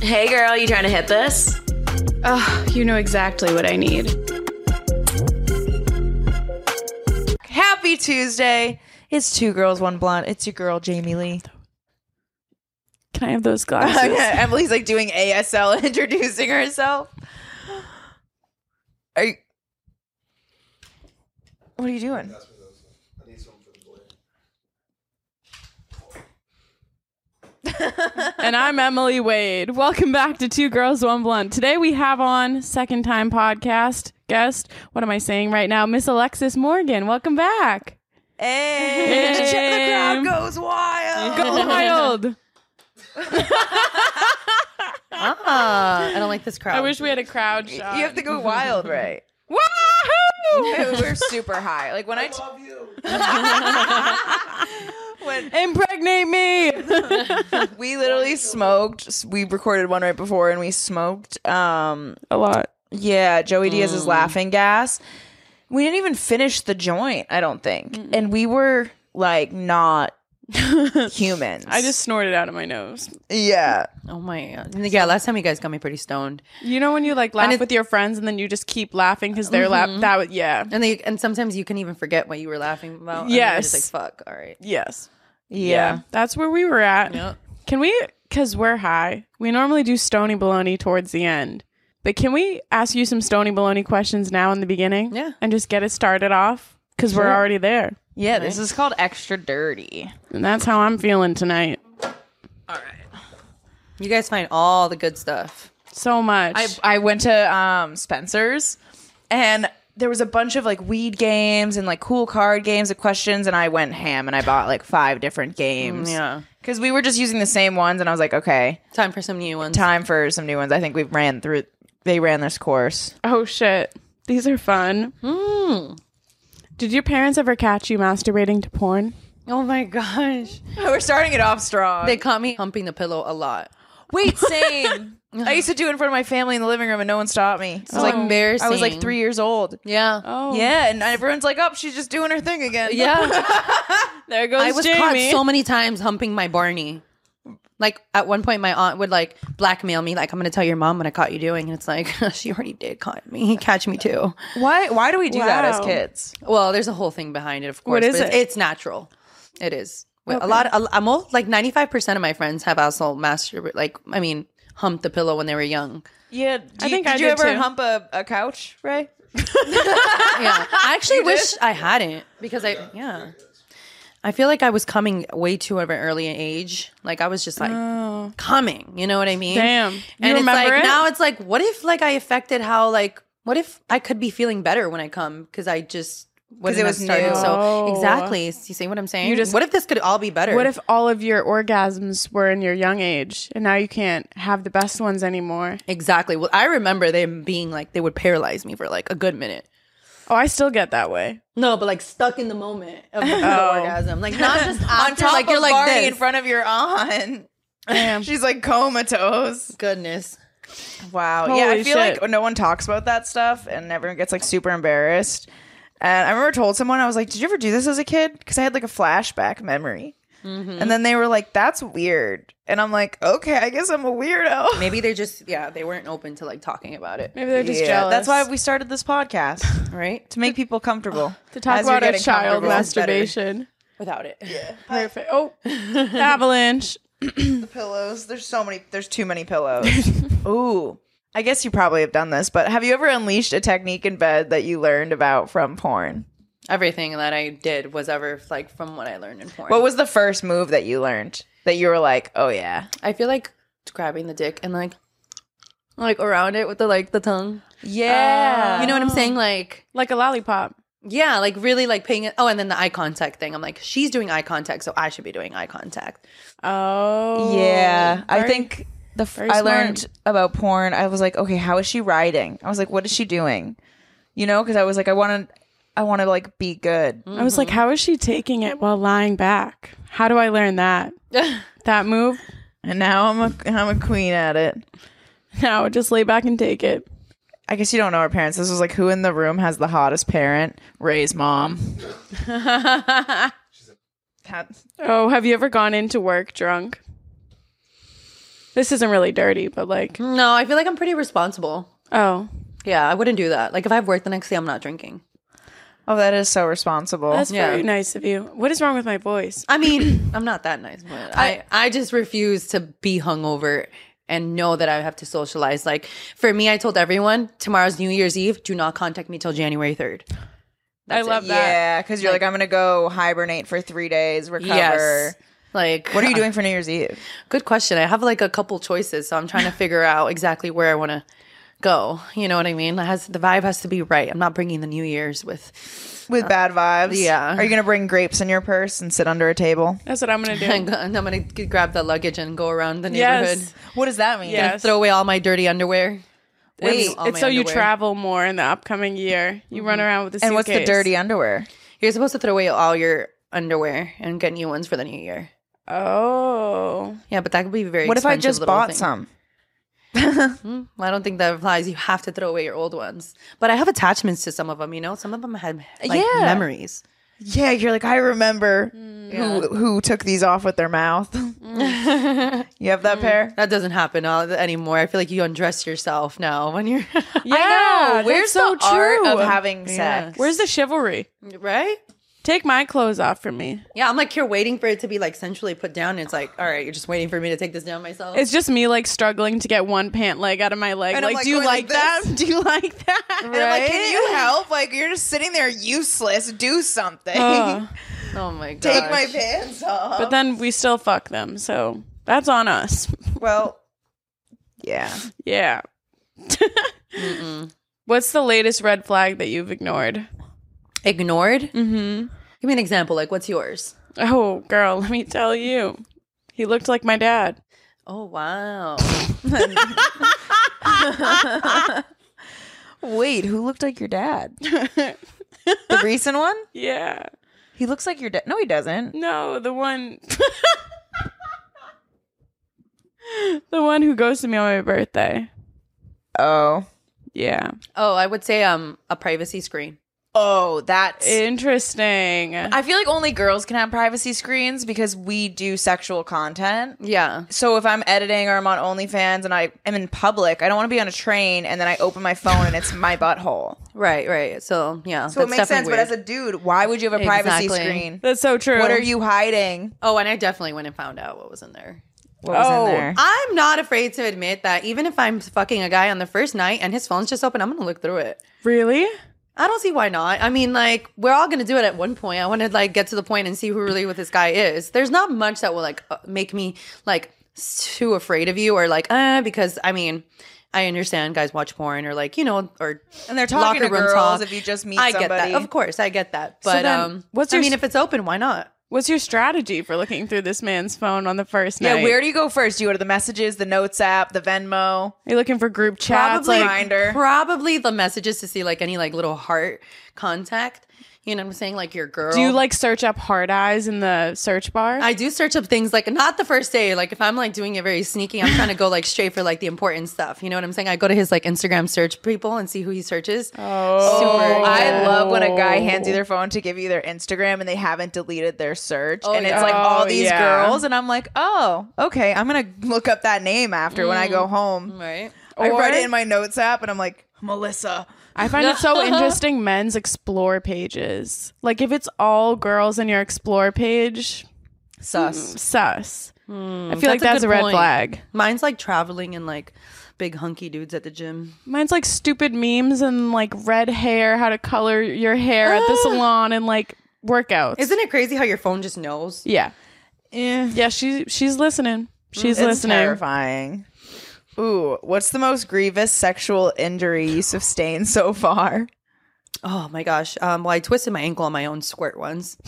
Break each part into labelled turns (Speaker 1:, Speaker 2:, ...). Speaker 1: Hey girl, you trying to hit this?
Speaker 2: Oh, you know exactly what I need.
Speaker 3: Happy Tuesday. It's two girls, one blunt. It's your girl, Jamie Lee.
Speaker 4: Can I have those glasses?
Speaker 3: Emily's like doing ASL introducing herself. Are you What are you doing?
Speaker 4: and I'm Emily Wade. Welcome back to Two Girls One Blunt. Today we have on second time podcast guest. What am I saying right now? Miss Alexis Morgan. Welcome back.
Speaker 3: Hey,
Speaker 4: Hey.
Speaker 3: the crowd goes wild.
Speaker 4: Go wild.
Speaker 5: Ah, I don't like this crowd.
Speaker 4: I wish we had a crowd shot.
Speaker 3: You have to go wild, right?
Speaker 4: Wahoo!
Speaker 3: We're super high. Like when I, t- when
Speaker 4: Impregnate me.
Speaker 3: we literally smoked, we recorded one right before, and we smoked. Um,
Speaker 4: a lot.
Speaker 3: Yeah, Joey Diaz's laughing gas. We didn't even finish the joint, I don't think. And we were like not humans.
Speaker 4: I just snorted out of my nose.
Speaker 3: yeah.
Speaker 5: Oh my god. Yeah, last time you guys got me pretty stoned.
Speaker 4: You know when you like laugh with your friends and then you just keep laughing because they're laugh that was yeah.
Speaker 5: And they and sometimes you can even forget what you were laughing about. and
Speaker 4: Yes.
Speaker 5: You're just like fuck. All right.
Speaker 4: Yes.
Speaker 3: Yeah.
Speaker 4: That's where we were at.
Speaker 5: Yep.
Speaker 4: Can we, because we're high, we normally do Stony Baloney towards the end, but can we ask you some Stony Baloney questions now in the beginning?
Speaker 5: Yeah.
Speaker 4: And just get it started off? Because we're already there.
Speaker 1: Yeah, this is called extra dirty.
Speaker 4: And that's how I'm feeling tonight.
Speaker 5: You guys find all the good stuff.
Speaker 4: So much.
Speaker 3: I, I went to um, Spencer's and there was a bunch of like weed games and like cool card games and questions. And I went ham and I bought like five different games.
Speaker 1: Mm,
Speaker 5: Yeah.
Speaker 3: Because we were just using the same ones. And I was like, okay,
Speaker 5: Time for some new ones.
Speaker 3: time for some new ones. I think we've ran through, they ran this course.
Speaker 4: oh, shit. These are fun. Did your parents ever catch you masturbating to porn?
Speaker 5: Oh my gosh.
Speaker 3: We're starting it off strong.
Speaker 5: They caught me humping the pillow a lot.
Speaker 3: Wait, same. I used to do it in front of my family in the living room, and no one stopped me. It was like
Speaker 5: embarrassing.
Speaker 3: Oh. I was like three years old.
Speaker 5: Yeah.
Speaker 4: Oh.
Speaker 3: Yeah, and everyone's like, "Oh, she's just doing her thing again."
Speaker 5: Yeah.
Speaker 4: There goes
Speaker 5: I was caught so many times humping my Barney. Like at one point, my aunt would like blackmail me, like I'm gonna tell your mom what I caught you doing, and it's like she already did caught me, catch me too.
Speaker 3: Why? Why do we do that as
Speaker 4: Wow.
Speaker 3: kids?
Speaker 5: Well, there's a whole thing behind it, of course.
Speaker 4: What is
Speaker 5: but it's,
Speaker 4: it?
Speaker 5: It's natural. It is. Wait, A lot. A, I'm all, like 95 percent of my friends have also masturbated. Like, I mean, humped the pillow when they were young.
Speaker 3: Yeah, do
Speaker 4: I think
Speaker 3: did
Speaker 4: I
Speaker 3: you
Speaker 4: did
Speaker 3: ever
Speaker 4: too.
Speaker 3: hump a, a couch, Ray?
Speaker 5: Yeah, I actually wish I hadn't because I yeah. I feel like I was coming way too of an early age. Like I was just like coming. You know what I mean?
Speaker 4: Damn. You
Speaker 5: And it's
Speaker 4: remember
Speaker 5: like
Speaker 4: it?
Speaker 5: now it's like, what if like I affected how like what if I could be feeling better when I come because I just wasn't
Speaker 3: was
Speaker 5: as started
Speaker 3: new.
Speaker 5: so exactly. You see what I'm saying? You
Speaker 4: just-
Speaker 5: what if this could all be better?
Speaker 4: What if all of your orgasms were in your young age and now you can't have the best ones anymore?
Speaker 5: Exactly. Well, I remember them being like they would paralyze me for like a good minute.
Speaker 4: Oh, I still get that way.
Speaker 5: No, but like stuck in the moment of the orgasm, like not just
Speaker 3: On
Speaker 5: after,
Speaker 3: top
Speaker 5: like
Speaker 3: of
Speaker 5: you're like
Speaker 3: Barney
Speaker 5: this.
Speaker 3: in front of your aunt. She's like comatose.
Speaker 5: Goodness.
Speaker 3: Wow. yeah, I
Speaker 4: Holy
Speaker 3: feel
Speaker 4: shit.
Speaker 3: like no one talks about that stuff, and everyone gets like super embarrassed. And I remember told someone I was like, "Did you ever do this as a kid?" Because I had like a flashback memory.
Speaker 4: Mm-hmm.
Speaker 3: And then they were like, "That's weird," and I'm like, "Okay, I guess I'm a weirdo."
Speaker 5: Maybe they just yeah they weren't open to like talking about it,
Speaker 4: Maybe they're just
Speaker 3: Yeah,
Speaker 4: jealous.
Speaker 3: that's why we started this podcast
Speaker 5: right?
Speaker 3: to make people comfortable.
Speaker 4: to talk
Speaker 3: As you're
Speaker 4: about a
Speaker 3: getting
Speaker 4: child
Speaker 3: comfortable, it's better.
Speaker 4: masturbation.
Speaker 5: Without it, yeah.
Speaker 4: Perfect. Oh, avalanche.
Speaker 3: Pillows. There's so many. There's too many pillows. Ooh. I guess you probably have done this, but have you ever unleashed a technique in bed that you learned about from porn?
Speaker 5: Everything that I did was ever like from what I learned in porn.
Speaker 3: What was the first move that you learned that you were like, oh yeah,
Speaker 5: I feel like grabbing the dick and like like around it with the like the tongue.
Speaker 3: yeah,
Speaker 5: You know what I'm saying? Like
Speaker 4: Like a lollipop.
Speaker 5: Yeah, like really like paying it. Oh, and then the eye contact thing. I'm like, she's doing eye contact, so I should be doing eye contact.
Speaker 4: Oh.
Speaker 3: Uh, yeah. I
Speaker 4: Very-
Speaker 3: think the f-
Speaker 4: very
Speaker 3: I
Speaker 4: smart.
Speaker 3: learned about porn. I was like, okay, how is she riding? I was like, what is she doing? You know, because I was like, I want to, I want to like be good.
Speaker 4: I was like, how is she taking it while lying back? How do I learn that? that move?
Speaker 3: And now I'm a, I'm a queen at it.
Speaker 4: No, just lay back and take it.
Speaker 3: I guess you don't know our parents. This was like, who in the room has the hottest parent? Ray's mom. That-
Speaker 4: Oh, have you ever gone into work drunk? This isn't really dirty, but like,
Speaker 5: No, I feel like I'm pretty responsible.
Speaker 4: oh,
Speaker 5: Yeah, I wouldn't do that. Like if I have work the next day, I'm not drinking.
Speaker 3: Oh, that is so responsible.
Speaker 4: that's
Speaker 5: Yeah.
Speaker 4: very nice of you. What is wrong with my voice?
Speaker 5: I mean, I'm not that nice, but I, I just refuse to be hungover and know that I have to socialize. Like for me, I told everyone tomorrow's New Year's Eve. Do not contact me till January third.
Speaker 4: I love that.
Speaker 3: yeah, because you're like, I'm gonna go hibernate for three days, recover.
Speaker 5: Yes. Like uh,
Speaker 3: What are you doing for New Year's Eve?
Speaker 5: Good question. I have like a couple choices, so I'm trying to figure out exactly where I want to go. You know what I mean? It has the vibe has to be right. I'm not bringing the New Year's with
Speaker 3: With bad vibes?
Speaker 5: yeah.
Speaker 3: Are you gonna bring grapes in your purse and sit under a table?
Speaker 4: That's what I'm gonna do.
Speaker 5: I'm gonna g- grab the luggage and go around the neighborhood.
Speaker 4: Yes,
Speaker 3: What does that mean?
Speaker 4: yes.
Speaker 5: Throw away all my dirty underwear.
Speaker 4: It's-
Speaker 5: All my
Speaker 4: it's so you
Speaker 5: underwear.
Speaker 4: travel more in the upcoming year. You run around with a suitcase.
Speaker 3: And what's the dirty underwear?
Speaker 5: You're supposed to throw away all your underwear and get new ones for the new year.
Speaker 4: Oh,
Speaker 5: Yeah, but that could be very.
Speaker 3: What if I
Speaker 5: expensive
Speaker 3: just
Speaker 5: little
Speaker 3: bought
Speaker 5: thing.
Speaker 3: some?
Speaker 5: Well, I don't think that applies. You have to throw away your old ones. But I have attachments to some of them. You know, some of them had like
Speaker 3: Yeah.
Speaker 5: memories.
Speaker 3: Yeah, you're like, I remember
Speaker 4: Mm,
Speaker 3: who who took these off with their mouth.
Speaker 4: Mm.
Speaker 3: you have that pair?
Speaker 5: That doesn't happen all, anymore. I feel like you undress yourself now when you're
Speaker 4: yeah. that's
Speaker 3: Where's
Speaker 4: so
Speaker 3: the art
Speaker 4: true.
Speaker 3: of having sex?
Speaker 4: Where's the chivalry?
Speaker 5: right.
Speaker 4: Take my clothes off for me.
Speaker 5: Yeah, I'm like you're waiting for it to be like centrally put down. And it's like, all right, you're just waiting for me to take this down myself.
Speaker 4: It's just me like struggling to get one pant leg out of my leg.
Speaker 3: And I'm,
Speaker 4: like,
Speaker 3: like,
Speaker 4: do you
Speaker 3: going
Speaker 4: like
Speaker 3: like
Speaker 4: that?
Speaker 3: this.
Speaker 4: Do you like that?
Speaker 3: And I'm like, can you help? Like, you're just sitting there useless. Do something.
Speaker 4: Ugh.
Speaker 5: oh my god.
Speaker 3: Take my pants off.
Speaker 4: but then we still fuck them, so that's on us.
Speaker 3: well, yeah.
Speaker 4: Yeah. What's the latest red flag that you've ignored?
Speaker 5: ignored. Mm-hmm. Give me an example. Like, what's yours?
Speaker 4: Oh, girl, let me tell you. He looked like my dad.
Speaker 5: Oh wow.
Speaker 3: Wait, who looked like your dad? the recent one?
Speaker 4: Yeah.
Speaker 3: He looks like your dad. No, he doesn't.
Speaker 4: No, the one. the one who goes to me on my birthday.
Speaker 3: Oh.
Speaker 4: Yeah.
Speaker 5: oh, I would say um a privacy screen.
Speaker 3: Oh, that's.
Speaker 4: Interesting.
Speaker 3: I feel like only girls can have privacy screens because we do sexual content.
Speaker 5: Yeah.
Speaker 3: So if I'm editing or I'm on OnlyFans and I am in public, I don't want to be on a train and then I open my phone and it's my butthole.
Speaker 5: Right. Right. So yeah.
Speaker 3: So it makes sense. But as a dude, why would you have a privacy
Speaker 5: Exactly.
Speaker 3: screen?
Speaker 4: That's so true.
Speaker 3: What are you hiding?
Speaker 5: oh, and I definitely went and found out what was in there.
Speaker 3: What was
Speaker 4: Oh,
Speaker 3: in there?
Speaker 5: I'm not afraid to admit that even if I'm fucking a guy on the first night and his phone's just open, I'm gonna look through it.
Speaker 4: really?
Speaker 5: I don't see why not. I mean, like, we're all gonna do it at one point. I want to like get to the point and see who really what this guy is. There's not much that will like uh, make me like too afraid of you or like uh because I mean, I understand guys watch porn or like you know or
Speaker 3: And they're talking
Speaker 5: locker
Speaker 3: to
Speaker 5: room
Speaker 3: girls
Speaker 5: talk.
Speaker 3: if you just meet
Speaker 5: I
Speaker 3: somebody.
Speaker 5: get that, of course, I get that. But
Speaker 4: then,
Speaker 5: um,
Speaker 4: what's
Speaker 5: what's I
Speaker 4: your
Speaker 5: mean,
Speaker 4: s-
Speaker 5: if it's open, why not?
Speaker 4: What's your strategy for looking through this man's phone on the first
Speaker 3: Yeah,
Speaker 4: night?
Speaker 3: where do you go first? Do you go to the messages, the notes app, the Venmo?
Speaker 4: Are you looking for group chats?
Speaker 5: probably
Speaker 4: like,
Speaker 3: Grindr.
Speaker 5: probably the messages to see like any like little heart contact. You know what I'm saying? Like your girl.
Speaker 4: do you like search up hard eyes in the search bar?
Speaker 5: I do search up things like not the first day. Like if I'm like doing it very sneaky, I'm trying to go like straight for like the important stuff. You know what I'm saying? I go to his like Instagram search people and see who he searches. Oh, super.
Speaker 3: I love when a guy hands you their phone to give you their Instagram and they haven't deleted their search. and it's
Speaker 5: yeah.
Speaker 3: like all
Speaker 4: Oh,
Speaker 3: these
Speaker 4: yeah.
Speaker 3: girls. And I'm like, oh, okay. I'm going to look up that name after when I go home.
Speaker 5: right.
Speaker 3: I write it
Speaker 4: Or-
Speaker 3: in my notes app and I'm like, Melissa.
Speaker 4: I find it so interesting men's explore pages. Like if it's all girls in your explore page,
Speaker 5: Mm.
Speaker 3: Sus.
Speaker 4: sus. I feel
Speaker 5: Hmm,
Speaker 4: like
Speaker 5: that's a
Speaker 4: that's a,
Speaker 5: good
Speaker 4: red
Speaker 5: point.
Speaker 4: flag.
Speaker 5: Mine's like traveling and like big hunky dudes at the gym.
Speaker 4: Mine's like stupid memes and like red hair, how to color your hair at the salon and like workouts.
Speaker 5: Isn't it crazy how your phone just knows?
Speaker 4: yeah.
Speaker 3: Yeah.
Speaker 4: Yeah, she she's listening. She's
Speaker 3: It's
Speaker 4: listening.
Speaker 3: terrifying. Ooh, what's the most grievous sexual injury you sustained so far?
Speaker 5: Oh my gosh. Um, well, I twisted my ankle on my own squirt once.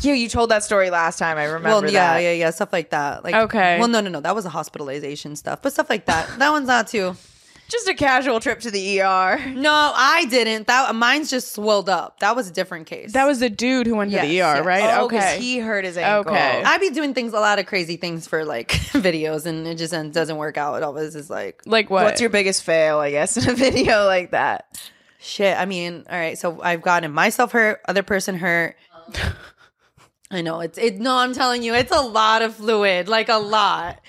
Speaker 3: Yeah, you told that story last time. I remember
Speaker 5: Well, yeah,
Speaker 3: that.
Speaker 5: yeah, yeah, stuff like that. Like,
Speaker 4: Okay.
Speaker 5: Well, no, no, no, that was a hospitalization stuff, but stuff like that. that one's not too.
Speaker 3: Just a casual trip to the ER.
Speaker 5: No, I didn't. That mine's just swelled up. That was a different case.
Speaker 4: That was the dude who went to the
Speaker 5: Yes,
Speaker 4: ER,
Speaker 5: yes.
Speaker 4: right?
Speaker 3: Oh, 'cause
Speaker 4: okay.
Speaker 3: he hurt his ankle.
Speaker 4: Okay.
Speaker 5: I be doing things a lot of crazy things for like videos, and it just en- doesn't work out. It always is like
Speaker 4: like what?
Speaker 3: What's your biggest fail, I guess, in a video like that?
Speaker 5: shit. I mean, all right. So I've gotten myself hurt, other person hurt. I know it's it. No, I'm telling you, it's a lot of fluid, like a lot.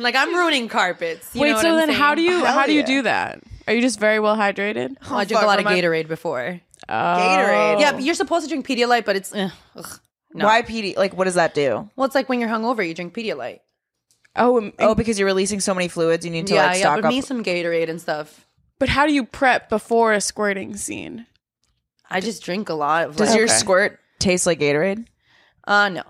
Speaker 5: Like I'm ruining carpets. You know
Speaker 4: Wait,
Speaker 5: what
Speaker 4: so
Speaker 5: I'm
Speaker 4: then
Speaker 5: saying?
Speaker 4: how do you
Speaker 3: Hell
Speaker 4: how do you
Speaker 3: yeah.
Speaker 4: do that? Are you just very well hydrated?
Speaker 5: Oh, I drink
Speaker 3: fuck,
Speaker 5: a lot of
Speaker 3: remind-
Speaker 5: Gatorade before.
Speaker 3: Gatorade.
Speaker 5: Yeah, but you're supposed to drink Pedialyte, but it's eh, ugh. no.
Speaker 3: Why PD? Like, what does that do?
Speaker 5: Well, it's like when you're hungover, you drink Pedialyte.
Speaker 4: Oh, um,
Speaker 3: Oh, because you're releasing so many fluids, you need to
Speaker 5: yeah,
Speaker 3: like
Speaker 5: yeah,
Speaker 3: stock
Speaker 5: but
Speaker 3: up.
Speaker 5: me some Gatorade and stuff.
Speaker 4: but how do you prep before a squirting scene?
Speaker 5: I just drink a lot of.
Speaker 3: does
Speaker 5: like,
Speaker 3: your
Speaker 4: Okay.
Speaker 3: squirt taste like Gatorade?
Speaker 5: Uh, no.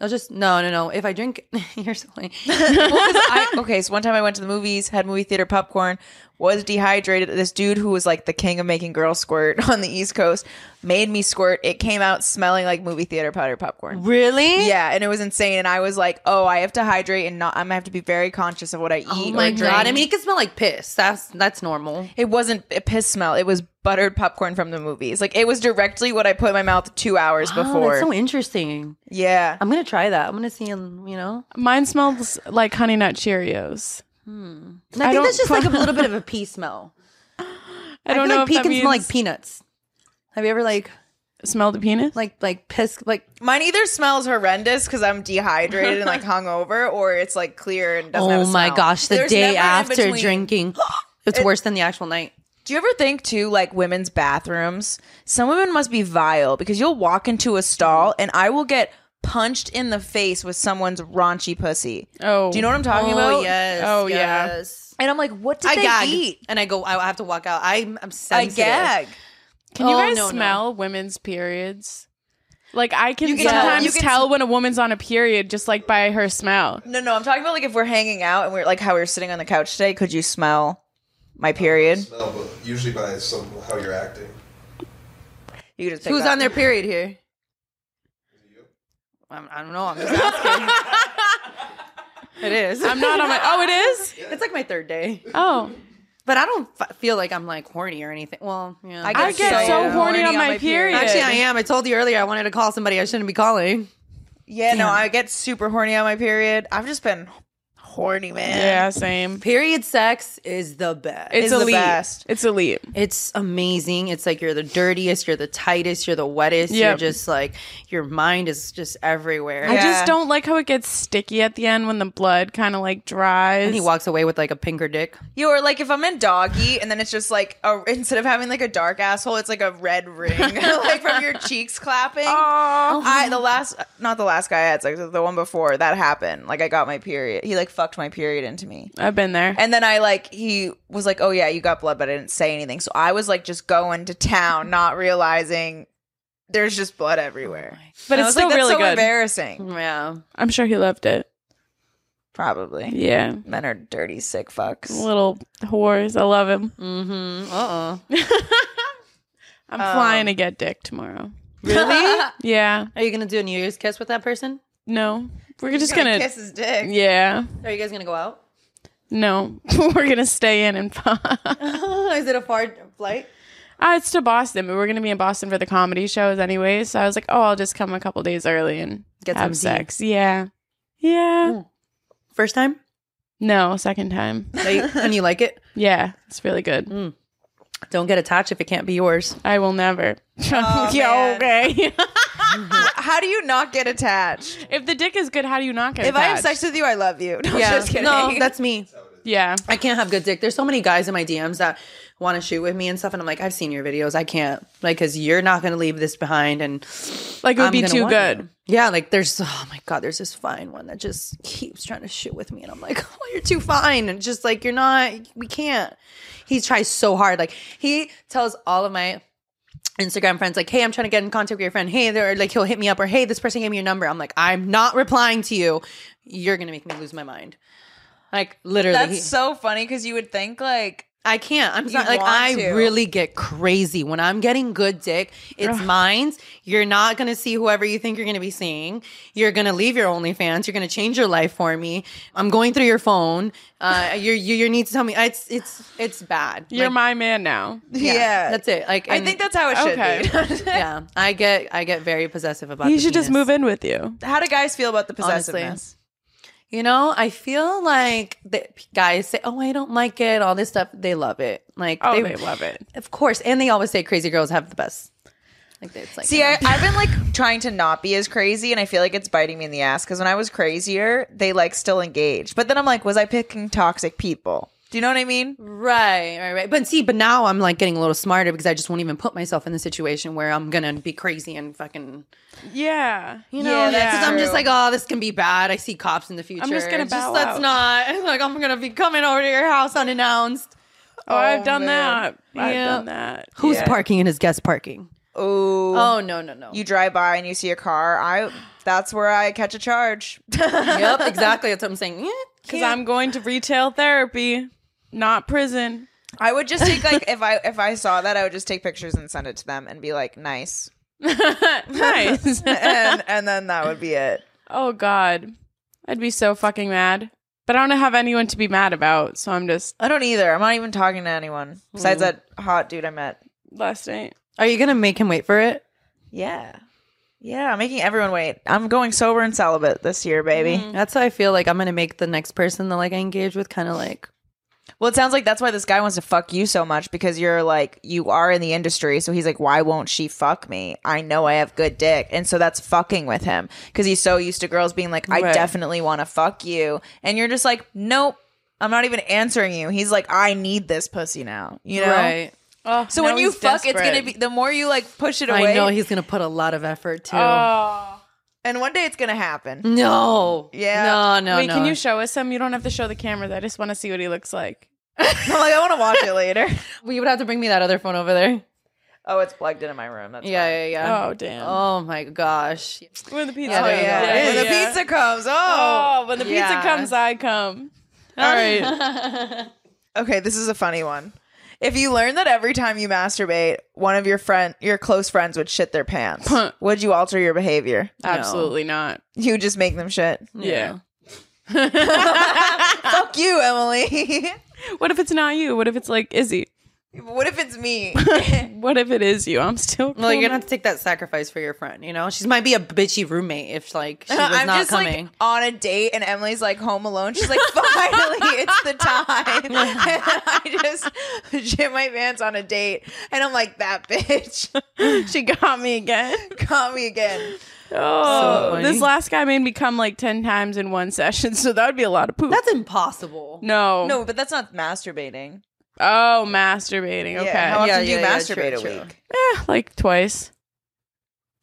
Speaker 5: I'll just no, no, no. If I drink, you're so funny.
Speaker 3: I, okay, so one time I went to the movies, had movie theater popcorn, was dehydrated. This dude who was like the king of making girls squirt on the East Coast made me squirt. It came out smelling like movie theater powder popcorn.
Speaker 5: really? Yeah.
Speaker 3: Yeah, and it was insane. And I was like, oh, I have to hydrate and not. I'm gonna have to be very conscious of what I eat.
Speaker 5: Oh
Speaker 3: or
Speaker 5: my
Speaker 3: drink.
Speaker 5: god. I mean, it can smell like piss. That's that's normal.
Speaker 3: It wasn't a piss smell. It was buttered popcorn from the movies. Like it was directly what I put in my mouth two hours
Speaker 5: Oh,
Speaker 3: before.
Speaker 5: that's so Um, interesting.
Speaker 3: yeah.
Speaker 5: I'm gonna try that. I'm gonna see. um, You know,
Speaker 4: Mine smells like Honey Nut Cheerios.
Speaker 5: And I,
Speaker 4: I
Speaker 5: think that's
Speaker 4: don't
Speaker 5: just like a little bit of a pee smell.
Speaker 4: I
Speaker 5: feel
Speaker 4: don't know
Speaker 5: like
Speaker 4: if
Speaker 5: pee
Speaker 4: that
Speaker 5: can smell like
Speaker 4: means-
Speaker 5: peanuts. Have you ever like
Speaker 4: Smell the penis?
Speaker 5: like like piss like
Speaker 3: Mine either smells horrendous because I'm dehydrated and like hungover, or it's like clear and doesn't. have
Speaker 5: oh
Speaker 3: a
Speaker 5: my
Speaker 3: smell.
Speaker 5: gosh the
Speaker 3: There's never
Speaker 5: day
Speaker 3: in
Speaker 5: after
Speaker 3: between.
Speaker 5: drinking it's worse than the actual night
Speaker 3: Do you ever think too, like women's bathrooms? Some women must be vile because you'll walk into a stall and I will get punched in the face with someone's raunchy pussy.
Speaker 4: Oh.
Speaker 3: do you know what I'm talking about?
Speaker 4: Oh, yeah.
Speaker 3: And I'm like, what did
Speaker 5: i
Speaker 3: they
Speaker 5: gag
Speaker 3: eat?
Speaker 5: and i go i have to walk out i'm i'm
Speaker 3: I
Speaker 5: sensitive
Speaker 3: gag.
Speaker 4: Can you
Speaker 5: Oh,
Speaker 4: guys
Speaker 5: no, no.
Speaker 4: smell women's periods? Like I can,
Speaker 3: can
Speaker 5: tell-
Speaker 4: sometimes
Speaker 3: you can
Speaker 4: tell when a woman's on a period just like by her smell.
Speaker 3: No, no, I'm talking about like if we're hanging out and we're like how we were sitting on the couch today. Could you smell my period?
Speaker 6: No, but usually by some how you're acting.
Speaker 3: You could just pick
Speaker 5: who's
Speaker 3: that.
Speaker 5: on their period here I'm, i don't know i'm just asking it is
Speaker 4: I'm not on my. Oh, it is.
Speaker 5: it's like my third day
Speaker 4: Oh,
Speaker 5: but i don't f- feel like i'm like horny or anything well yeah
Speaker 3: I
Speaker 4: I get so, horny on my period.
Speaker 5: actually i am i told you earlier i wanted to call somebody i shouldn't be calling
Speaker 3: Yeah, no, I get super horny on my period. I've just been horny, man.
Speaker 4: yeah, same.
Speaker 5: period sex is the best
Speaker 4: It's
Speaker 3: the
Speaker 4: elite.
Speaker 3: best.
Speaker 4: It's elite.
Speaker 5: It's amazing. It's like you're the dirtiest, you're the tightest, you're the wettest.
Speaker 4: Yep.
Speaker 5: You're just like your mind is just everywhere.
Speaker 4: I
Speaker 3: Yeah.
Speaker 4: just don't like how it gets sticky at the end when the blood kind of like dries.
Speaker 5: and he walks away with like a pinker dick.
Speaker 3: You or like if I'm in doggy and then it's just like a, instead of having like a dark asshole, it's like a red ring like from your cheeks clapping.
Speaker 4: Oh.
Speaker 3: I the last not the last guy I had sex with, the one before that happened. Like I got my period. He like fucked my period into me.
Speaker 4: I've been there.
Speaker 3: And then I like he was like, "Oh yeah, you got blood," but I didn't say anything. So I was like just going to town, not realizing there's just blood everywhere.
Speaker 4: Oh But
Speaker 3: And I
Speaker 4: it's
Speaker 3: was like,
Speaker 4: still
Speaker 3: "That's
Speaker 4: really
Speaker 3: so
Speaker 4: good. Mm.
Speaker 3: Embarrassing,
Speaker 5: Yeah.
Speaker 4: I'm sure he loved it.
Speaker 3: probably.
Speaker 4: Yeah.
Speaker 3: Men are dirty, sick fucks.
Speaker 4: Little whores. I love him.
Speaker 3: Mm.
Speaker 5: Mm-hmm. Uh oh.
Speaker 4: I'm
Speaker 3: Um.
Speaker 4: flying to get dick tomorrow.
Speaker 5: Really?
Speaker 4: Yeah.
Speaker 5: Are you gonna do a New Year's kiss with that person?
Speaker 4: No. We're just
Speaker 3: gonna
Speaker 4: gonna.
Speaker 3: kiss his dick.
Speaker 4: yeah.
Speaker 5: Are you guys gonna go out?
Speaker 4: No. We're gonna stay in and.
Speaker 5: is it a far flight?
Speaker 4: Uh, it's to Boston, but we're gonna be in Boston for the comedy shows anyway. So I was like, oh, I'll just come a couple days early and
Speaker 5: Get
Speaker 4: have
Speaker 5: some tea. Mm.
Speaker 4: sex. Yeah, yeah.
Speaker 5: First time?
Speaker 4: No, second time.
Speaker 5: Are you- and you like it?
Speaker 4: Yeah, it's really good.
Speaker 5: Mm. Don't get attached if it can't be yours.
Speaker 4: I will never. yeah,
Speaker 5: Oh,
Speaker 3: man.
Speaker 4: okay.
Speaker 3: How do you not get attached?
Speaker 4: if the dick is good, how do you not get?
Speaker 3: If I have
Speaker 4: attached?
Speaker 3: sex with you, I love you. No, just kidding.
Speaker 5: No, that's me.
Speaker 4: yeah,
Speaker 5: I can't have good dick. There's so many guys in my DMs that want to shoot with me and stuff, and I'm like, I've seen your videos. I can't, like, because you're not gonna leave this behind, and
Speaker 4: like it would
Speaker 5: I'm
Speaker 4: be
Speaker 5: gonna
Speaker 4: too
Speaker 5: want
Speaker 4: good.
Speaker 5: you. Yeah, like there's, oh my god, there's this fine one that just keeps trying to shoot with me, and I'm like, oh, you're too fine, and just like you're not, we can't. He tries so hard. Like he tells all of my Instagram friends, like, hey, I'm trying to get in contact with your friend. Hey, they're like, he'll hit me up, or hey, this person gave me your number. I'm like, I'm not replying to you. You're gonna make me lose my mind. Like literally,
Speaker 3: That's
Speaker 5: he-
Speaker 3: so funny because you would think like
Speaker 5: I can't. I'm sorry.
Speaker 3: You
Speaker 5: Like
Speaker 3: want
Speaker 5: I
Speaker 3: to.
Speaker 5: really get crazy when I'm getting good dick. It's mine. You're not gonna see whoever you think you're gonna be seeing. You're gonna leave your OnlyFans. You're gonna change your life for me. I'm going through your phone. Uh, you you you need to tell me. It's it's it's bad.
Speaker 4: You're
Speaker 5: Like,
Speaker 4: my man now.
Speaker 3: yeah.
Speaker 5: That's it. Like
Speaker 3: I
Speaker 5: and-
Speaker 3: think that's how it should
Speaker 4: Okay.
Speaker 3: be.
Speaker 5: yeah. I get I get very possessive about.
Speaker 4: He
Speaker 5: the
Speaker 4: should just
Speaker 5: penis.
Speaker 4: move in with you.
Speaker 3: how do guys feel about the
Speaker 5: Honestly.
Speaker 3: possessiveness?
Speaker 5: You know, I feel like the guys say, "Oh, I don't like it." All this stuff. They love it. Like
Speaker 4: Oh, they love it.
Speaker 5: Of course, and they always say crazy girls have the best Like it's like
Speaker 3: See, I, I've been like trying to not be as crazy, and I feel like it's biting me in the ass because when I was crazier, they like still engaged. But then I'm like, was I picking toxic people? Do you know what I mean?
Speaker 5: Right, right, right. But see, but now I'm like getting a little smarter because I just won't even put myself in the situation where I'm gonna be crazy and fucking,
Speaker 4: Yeah.
Speaker 5: you
Speaker 3: Yeah,
Speaker 5: know, yeah,
Speaker 3: that's
Speaker 5: I'm just
Speaker 3: true.
Speaker 5: like, oh, this can be bad. I see cops in the future.
Speaker 4: just gonna bow
Speaker 5: let's
Speaker 4: out.
Speaker 5: not. Like, I'm gonna be coming over to your house unannounced.
Speaker 4: Oh, I've done that. I've
Speaker 5: Yeah.
Speaker 4: done that.
Speaker 5: Who's parking in his guest parking?
Speaker 3: Ooh.
Speaker 5: Oh no, no, no.
Speaker 3: You drive by and you see a car. I that's where I catch a charge.
Speaker 5: yep, exactly. That's what I'm saying.
Speaker 4: Because I'm going to retail therapy, not prison.
Speaker 3: I would just take like if I if I saw that, I would just take pictures and send it to them and be like, nice.
Speaker 4: nice.
Speaker 3: and and then that would be it.
Speaker 4: oh God, I'd be so fucking mad. But I don't have anyone to be mad about, so I'm just
Speaker 3: I don't either. I'm not even talking to anyone besides that hot dude I met.
Speaker 4: last night.
Speaker 5: Are you gonna make him wait for it?
Speaker 3: Yeah. Yeah, I'm making everyone wait. I'm going sober and celibate this year, baby.
Speaker 5: That's how I feel like I'm gonna make the next person that like I engage with kind of like
Speaker 3: Well, it sounds like that's why this guy wants to fuck you so much because you're like you are in the industry. So he's like, why won't she fuck me? I know I have good dick, and so that's fucking with him because he's so used to girls being like, I
Speaker 5: Right.
Speaker 3: definitely want to fuck you, and you're just like, nope, I'm not even answering you. He's like, I need this pussy now, you know.
Speaker 5: right.
Speaker 4: Oh,
Speaker 3: So
Speaker 4: now
Speaker 3: when you
Speaker 4: he's
Speaker 3: fuck, it's gonna
Speaker 4: desperate.
Speaker 3: be the more you like push it away,
Speaker 5: I know he's gonna put a lot of effort too.
Speaker 4: Oh.
Speaker 3: and one day it's gonna happen.
Speaker 5: no. No.
Speaker 3: Yeah.
Speaker 5: No.
Speaker 4: Wait,
Speaker 5: no.
Speaker 4: can you show us some? You don't have to show the cameras. I just want to see what he looks like.
Speaker 3: I'm like, I want to watch it later.
Speaker 5: Well, you would have to bring me that other phone over there.
Speaker 3: Oh, it's plugged into my room. That's
Speaker 5: Yeah, yeah, yeah.
Speaker 4: Oh damn.
Speaker 5: Oh my gosh.
Speaker 4: When the pizza.
Speaker 5: Oh,
Speaker 3: fine. yeah.
Speaker 5: Yeah,
Speaker 3: When the
Speaker 4: yeah.
Speaker 3: pizza comes, oh.
Speaker 4: Oh, when the
Speaker 5: Yeah.
Speaker 4: pizza comes, I come. All right.
Speaker 5: Oh.
Speaker 3: Okay, this is a funny one. If you learned that every time you masturbate, one of your friend, your close friends would shit their pants, would you alter your behavior?
Speaker 4: Absolutely not.
Speaker 3: You would just make them shit.
Speaker 4: Yeah.
Speaker 3: Fuck you, Emily.
Speaker 4: What if it's not you? What if it's like Izzy?
Speaker 3: what if it's me?
Speaker 4: What if it is you? I'm still.
Speaker 5: Well, you're gonna have to take that sacrifice for your friend. You know, she might be a bitchy roommate if like she was
Speaker 3: I'm
Speaker 5: not
Speaker 3: just
Speaker 5: coming.
Speaker 3: like on a date and Emily's like home alone. She's like, finally, it's the time. And I just shit my pants on a date, and I'm like, that bitch
Speaker 4: she got me again.
Speaker 3: caught me again.
Speaker 4: Oh,
Speaker 5: funny.
Speaker 4: this last guy made me come like ten times in one session, so that would be a lot of poop.
Speaker 5: That's impossible.
Speaker 4: no,
Speaker 3: No, but that's not masturbating.
Speaker 4: Oh, masturbating. Okay,
Speaker 3: Yeah, how often
Speaker 5: Yeah,
Speaker 3: do you
Speaker 5: yeah, yeah,
Speaker 3: masturbate
Speaker 5: true,
Speaker 3: a
Speaker 5: true.
Speaker 3: week?
Speaker 4: Eh, like twice.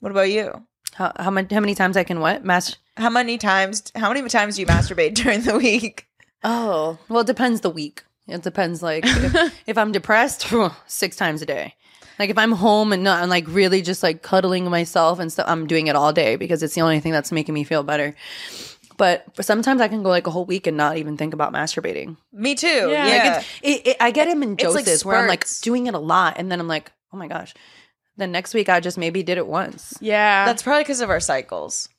Speaker 3: What about you?
Speaker 5: How, how many how many times I can what mash?
Speaker 3: How many times? How many times do you masturbate during the week?
Speaker 5: Oh, well, it depends the week. It depends like if, if I'm depressed, six times a day. Like if I'm home and not, I'm like really just like cuddling myself and stuff. I'm doing it all day because it's the only thing that's making me feel better. But sometimes I can go like a whole week and not even think about masturbating.
Speaker 3: Me too. Yeah,
Speaker 5: Like it's, it, it, I get him in
Speaker 3: It's like
Speaker 5: doses where I'm like
Speaker 3: spurts.
Speaker 5: doing it a lot, and then I'm like, oh my gosh. Then next week I just maybe did it once.
Speaker 4: Yeah.
Speaker 3: that's probably because of our cycles.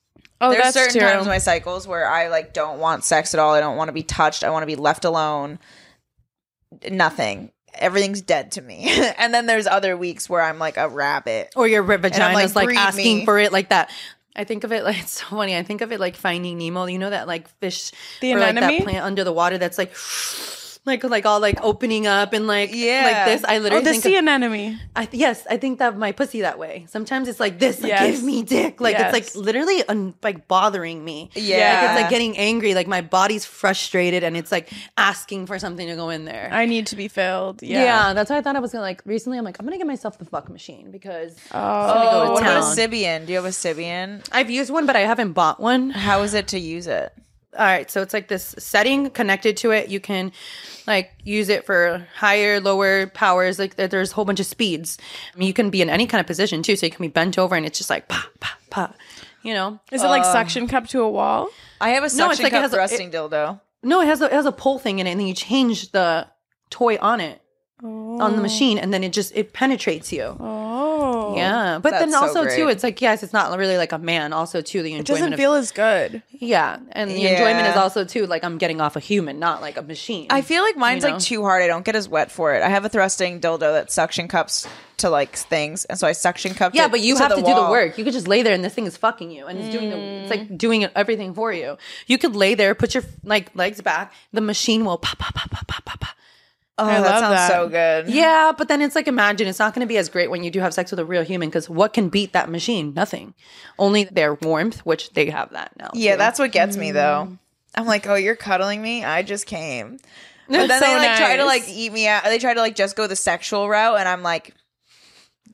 Speaker 4: oh,
Speaker 3: There's
Speaker 4: that's
Speaker 3: certain
Speaker 4: true.
Speaker 3: times in my cycles where I like don't want sex at all. I don't want to be touched. I want to be left alone. Nothing. Everything's dead to me. and then there's other weeks where I'm like a rabbit.
Speaker 5: Or your vagina
Speaker 3: like,
Speaker 5: is like
Speaker 3: "Breed
Speaker 5: asking
Speaker 3: me."
Speaker 5: for it like that. I think of it like it's so funny. I think of it like Finding Nemo. You know that like fish,
Speaker 4: The
Speaker 5: or, like,
Speaker 4: anemone?
Speaker 5: that plant under the water that's like, like like all like opening up and like
Speaker 3: Yeah.
Speaker 5: like this. I
Speaker 4: oh,
Speaker 5: literally
Speaker 4: the
Speaker 5: think
Speaker 4: sea
Speaker 5: of,
Speaker 4: anemone.
Speaker 5: I, yes, I think that my pussy that way. Sometimes it's like this, like
Speaker 4: Yes.
Speaker 5: give me dick, like
Speaker 4: Yes.
Speaker 5: it's like literally un, like bothering me.
Speaker 3: Yeah.
Speaker 5: like, it's like getting angry. Like my body's frustrated and it's like asking for something to go in there.
Speaker 4: I need to be filled. Yeah.
Speaker 5: yeah. that's why I thought I was gonna like recently. I'm like I'm gonna get myself the fuck machine because
Speaker 4: Oh,
Speaker 5: go
Speaker 3: What
Speaker 5: to
Speaker 3: about a
Speaker 5: town.
Speaker 3: Sibian? Do you have a Sibian?
Speaker 5: I've used one, but I haven't bought one.
Speaker 3: How is it to use it?
Speaker 5: All right, so it's like this setting connected to it. You can like use it for higher, lower powers. Like there- there's a whole bunch of speeds. I mean, you can be in any kind of position too. So you can be bent over and it's just like pa pa pa. You know?
Speaker 4: is it like suction cup to a wall?
Speaker 3: I have a suction
Speaker 5: it's like it
Speaker 3: cup
Speaker 5: has a-
Speaker 3: thrusting
Speaker 5: it-
Speaker 3: dildo.
Speaker 5: No, it has a, it has a pole thing in it, and then you change the toy on it on the machine, and then it just it penetrates you.
Speaker 4: Oh,
Speaker 5: Yeah, but then
Speaker 3: That's so
Speaker 5: also
Speaker 3: great.
Speaker 5: too, it's like yes, it's not really like a man. Also too, the
Speaker 4: it
Speaker 5: enjoyment
Speaker 4: doesn't
Speaker 5: of-
Speaker 4: feel as good.
Speaker 5: yeah, and the enjoyment is
Speaker 3: Yeah.
Speaker 5: also too like I'm getting off a human, not like a machine.
Speaker 3: I feel like mine's
Speaker 5: know?
Speaker 3: like too hard. I don't get as wet for it. I have a thrusting dildo that suction cups to like things, and so I suction cup.
Speaker 5: Yeah,
Speaker 3: it
Speaker 5: but you
Speaker 3: to
Speaker 5: have to do the
Speaker 3: wall.
Speaker 5: work. Mm. You could just lay there and this thing is fucking you and it's doing the it's like doing everything for you. You could lay there, put your like legs back, the machine will pop pop pop pop pop pop. pop.
Speaker 3: Oh,
Speaker 4: I
Speaker 3: that
Speaker 4: love
Speaker 3: sounds
Speaker 4: that.
Speaker 3: so good.
Speaker 5: Yeah, but then it's like imagine it's not going to be as great when you do have sex with a real human because what can beat that machine? Nothing. Only their warmth, which they have that now.
Speaker 3: Yeah,
Speaker 5: too.
Speaker 3: that's what gets me though.
Speaker 5: Mm.
Speaker 3: I'm like, oh, you're cuddling me. I just came. But then
Speaker 4: so
Speaker 3: they like try to
Speaker 4: nice.
Speaker 3: like eat me out. They try to like just go the sexual route, and I'm like,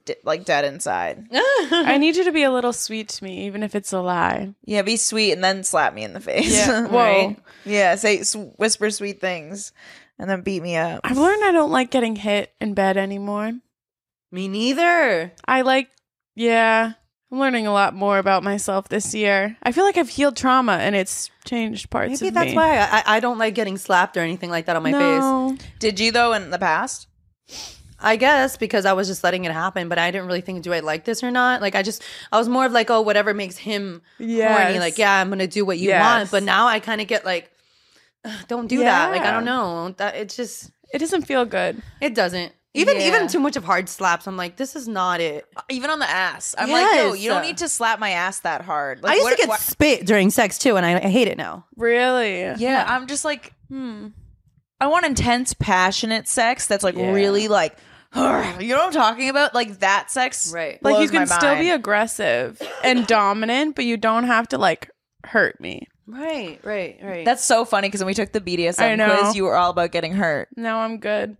Speaker 3: d- like dead inside.
Speaker 4: I need you to be a little sweet to me, even if it's a lie.
Speaker 3: Yeah, be sweet and then slap me in the face.
Speaker 4: Yeah, whoa.
Speaker 3: Right? Yeah, say s- whisper sweet things, and then beat me up.
Speaker 4: I've learned I don't like getting hit in bed anymore.
Speaker 5: me neither.
Speaker 4: I like, yeah, I'm learning a lot more about myself this year. I feel like I've healed trauma and it's changed parts
Speaker 5: Maybe
Speaker 4: of
Speaker 5: that's
Speaker 4: me.
Speaker 5: why I, I don't like getting slapped or anything like that on my face.
Speaker 4: no.
Speaker 3: Did you though in the past?
Speaker 5: I guess because I was just letting it happen, but I didn't really think, do I like this or not? Like I just, I was more of like, oh, whatever makes him horny.
Speaker 4: Yes.
Speaker 5: Like, yeah, I'm gonna do what you
Speaker 4: Yes.
Speaker 5: want. But now I kind of get like, ugh, don't do that. Like I don't know. That it's just,
Speaker 4: It doesn't feel good.
Speaker 5: it doesn't. Even
Speaker 3: Yeah.
Speaker 5: even too much of hard slaps. I'm like, this is not it.
Speaker 3: Even on the ass, I'm
Speaker 5: Yes.
Speaker 3: like, no, you don't need to slap my ass that hard. Like,
Speaker 5: I used
Speaker 3: what-
Speaker 5: to get
Speaker 3: what-
Speaker 5: spit during sex too, and I, I hate it now.
Speaker 4: Really?
Speaker 3: Yeah, I'm just like,
Speaker 4: Hmm.
Speaker 3: I want intense, passionate sex that's like really like, you know what I'm talking about? Like that sex,
Speaker 5: Right.
Speaker 4: Like you
Speaker 3: blows my
Speaker 4: can still be
Speaker 3: mind.
Speaker 4: aggressive and dominant, but you don't have to like hurt me.
Speaker 5: Right, right, right.
Speaker 3: That's so funny because when we took the BDSM
Speaker 4: I know.
Speaker 3: quiz, you were all about getting hurt.
Speaker 4: No, I'm good.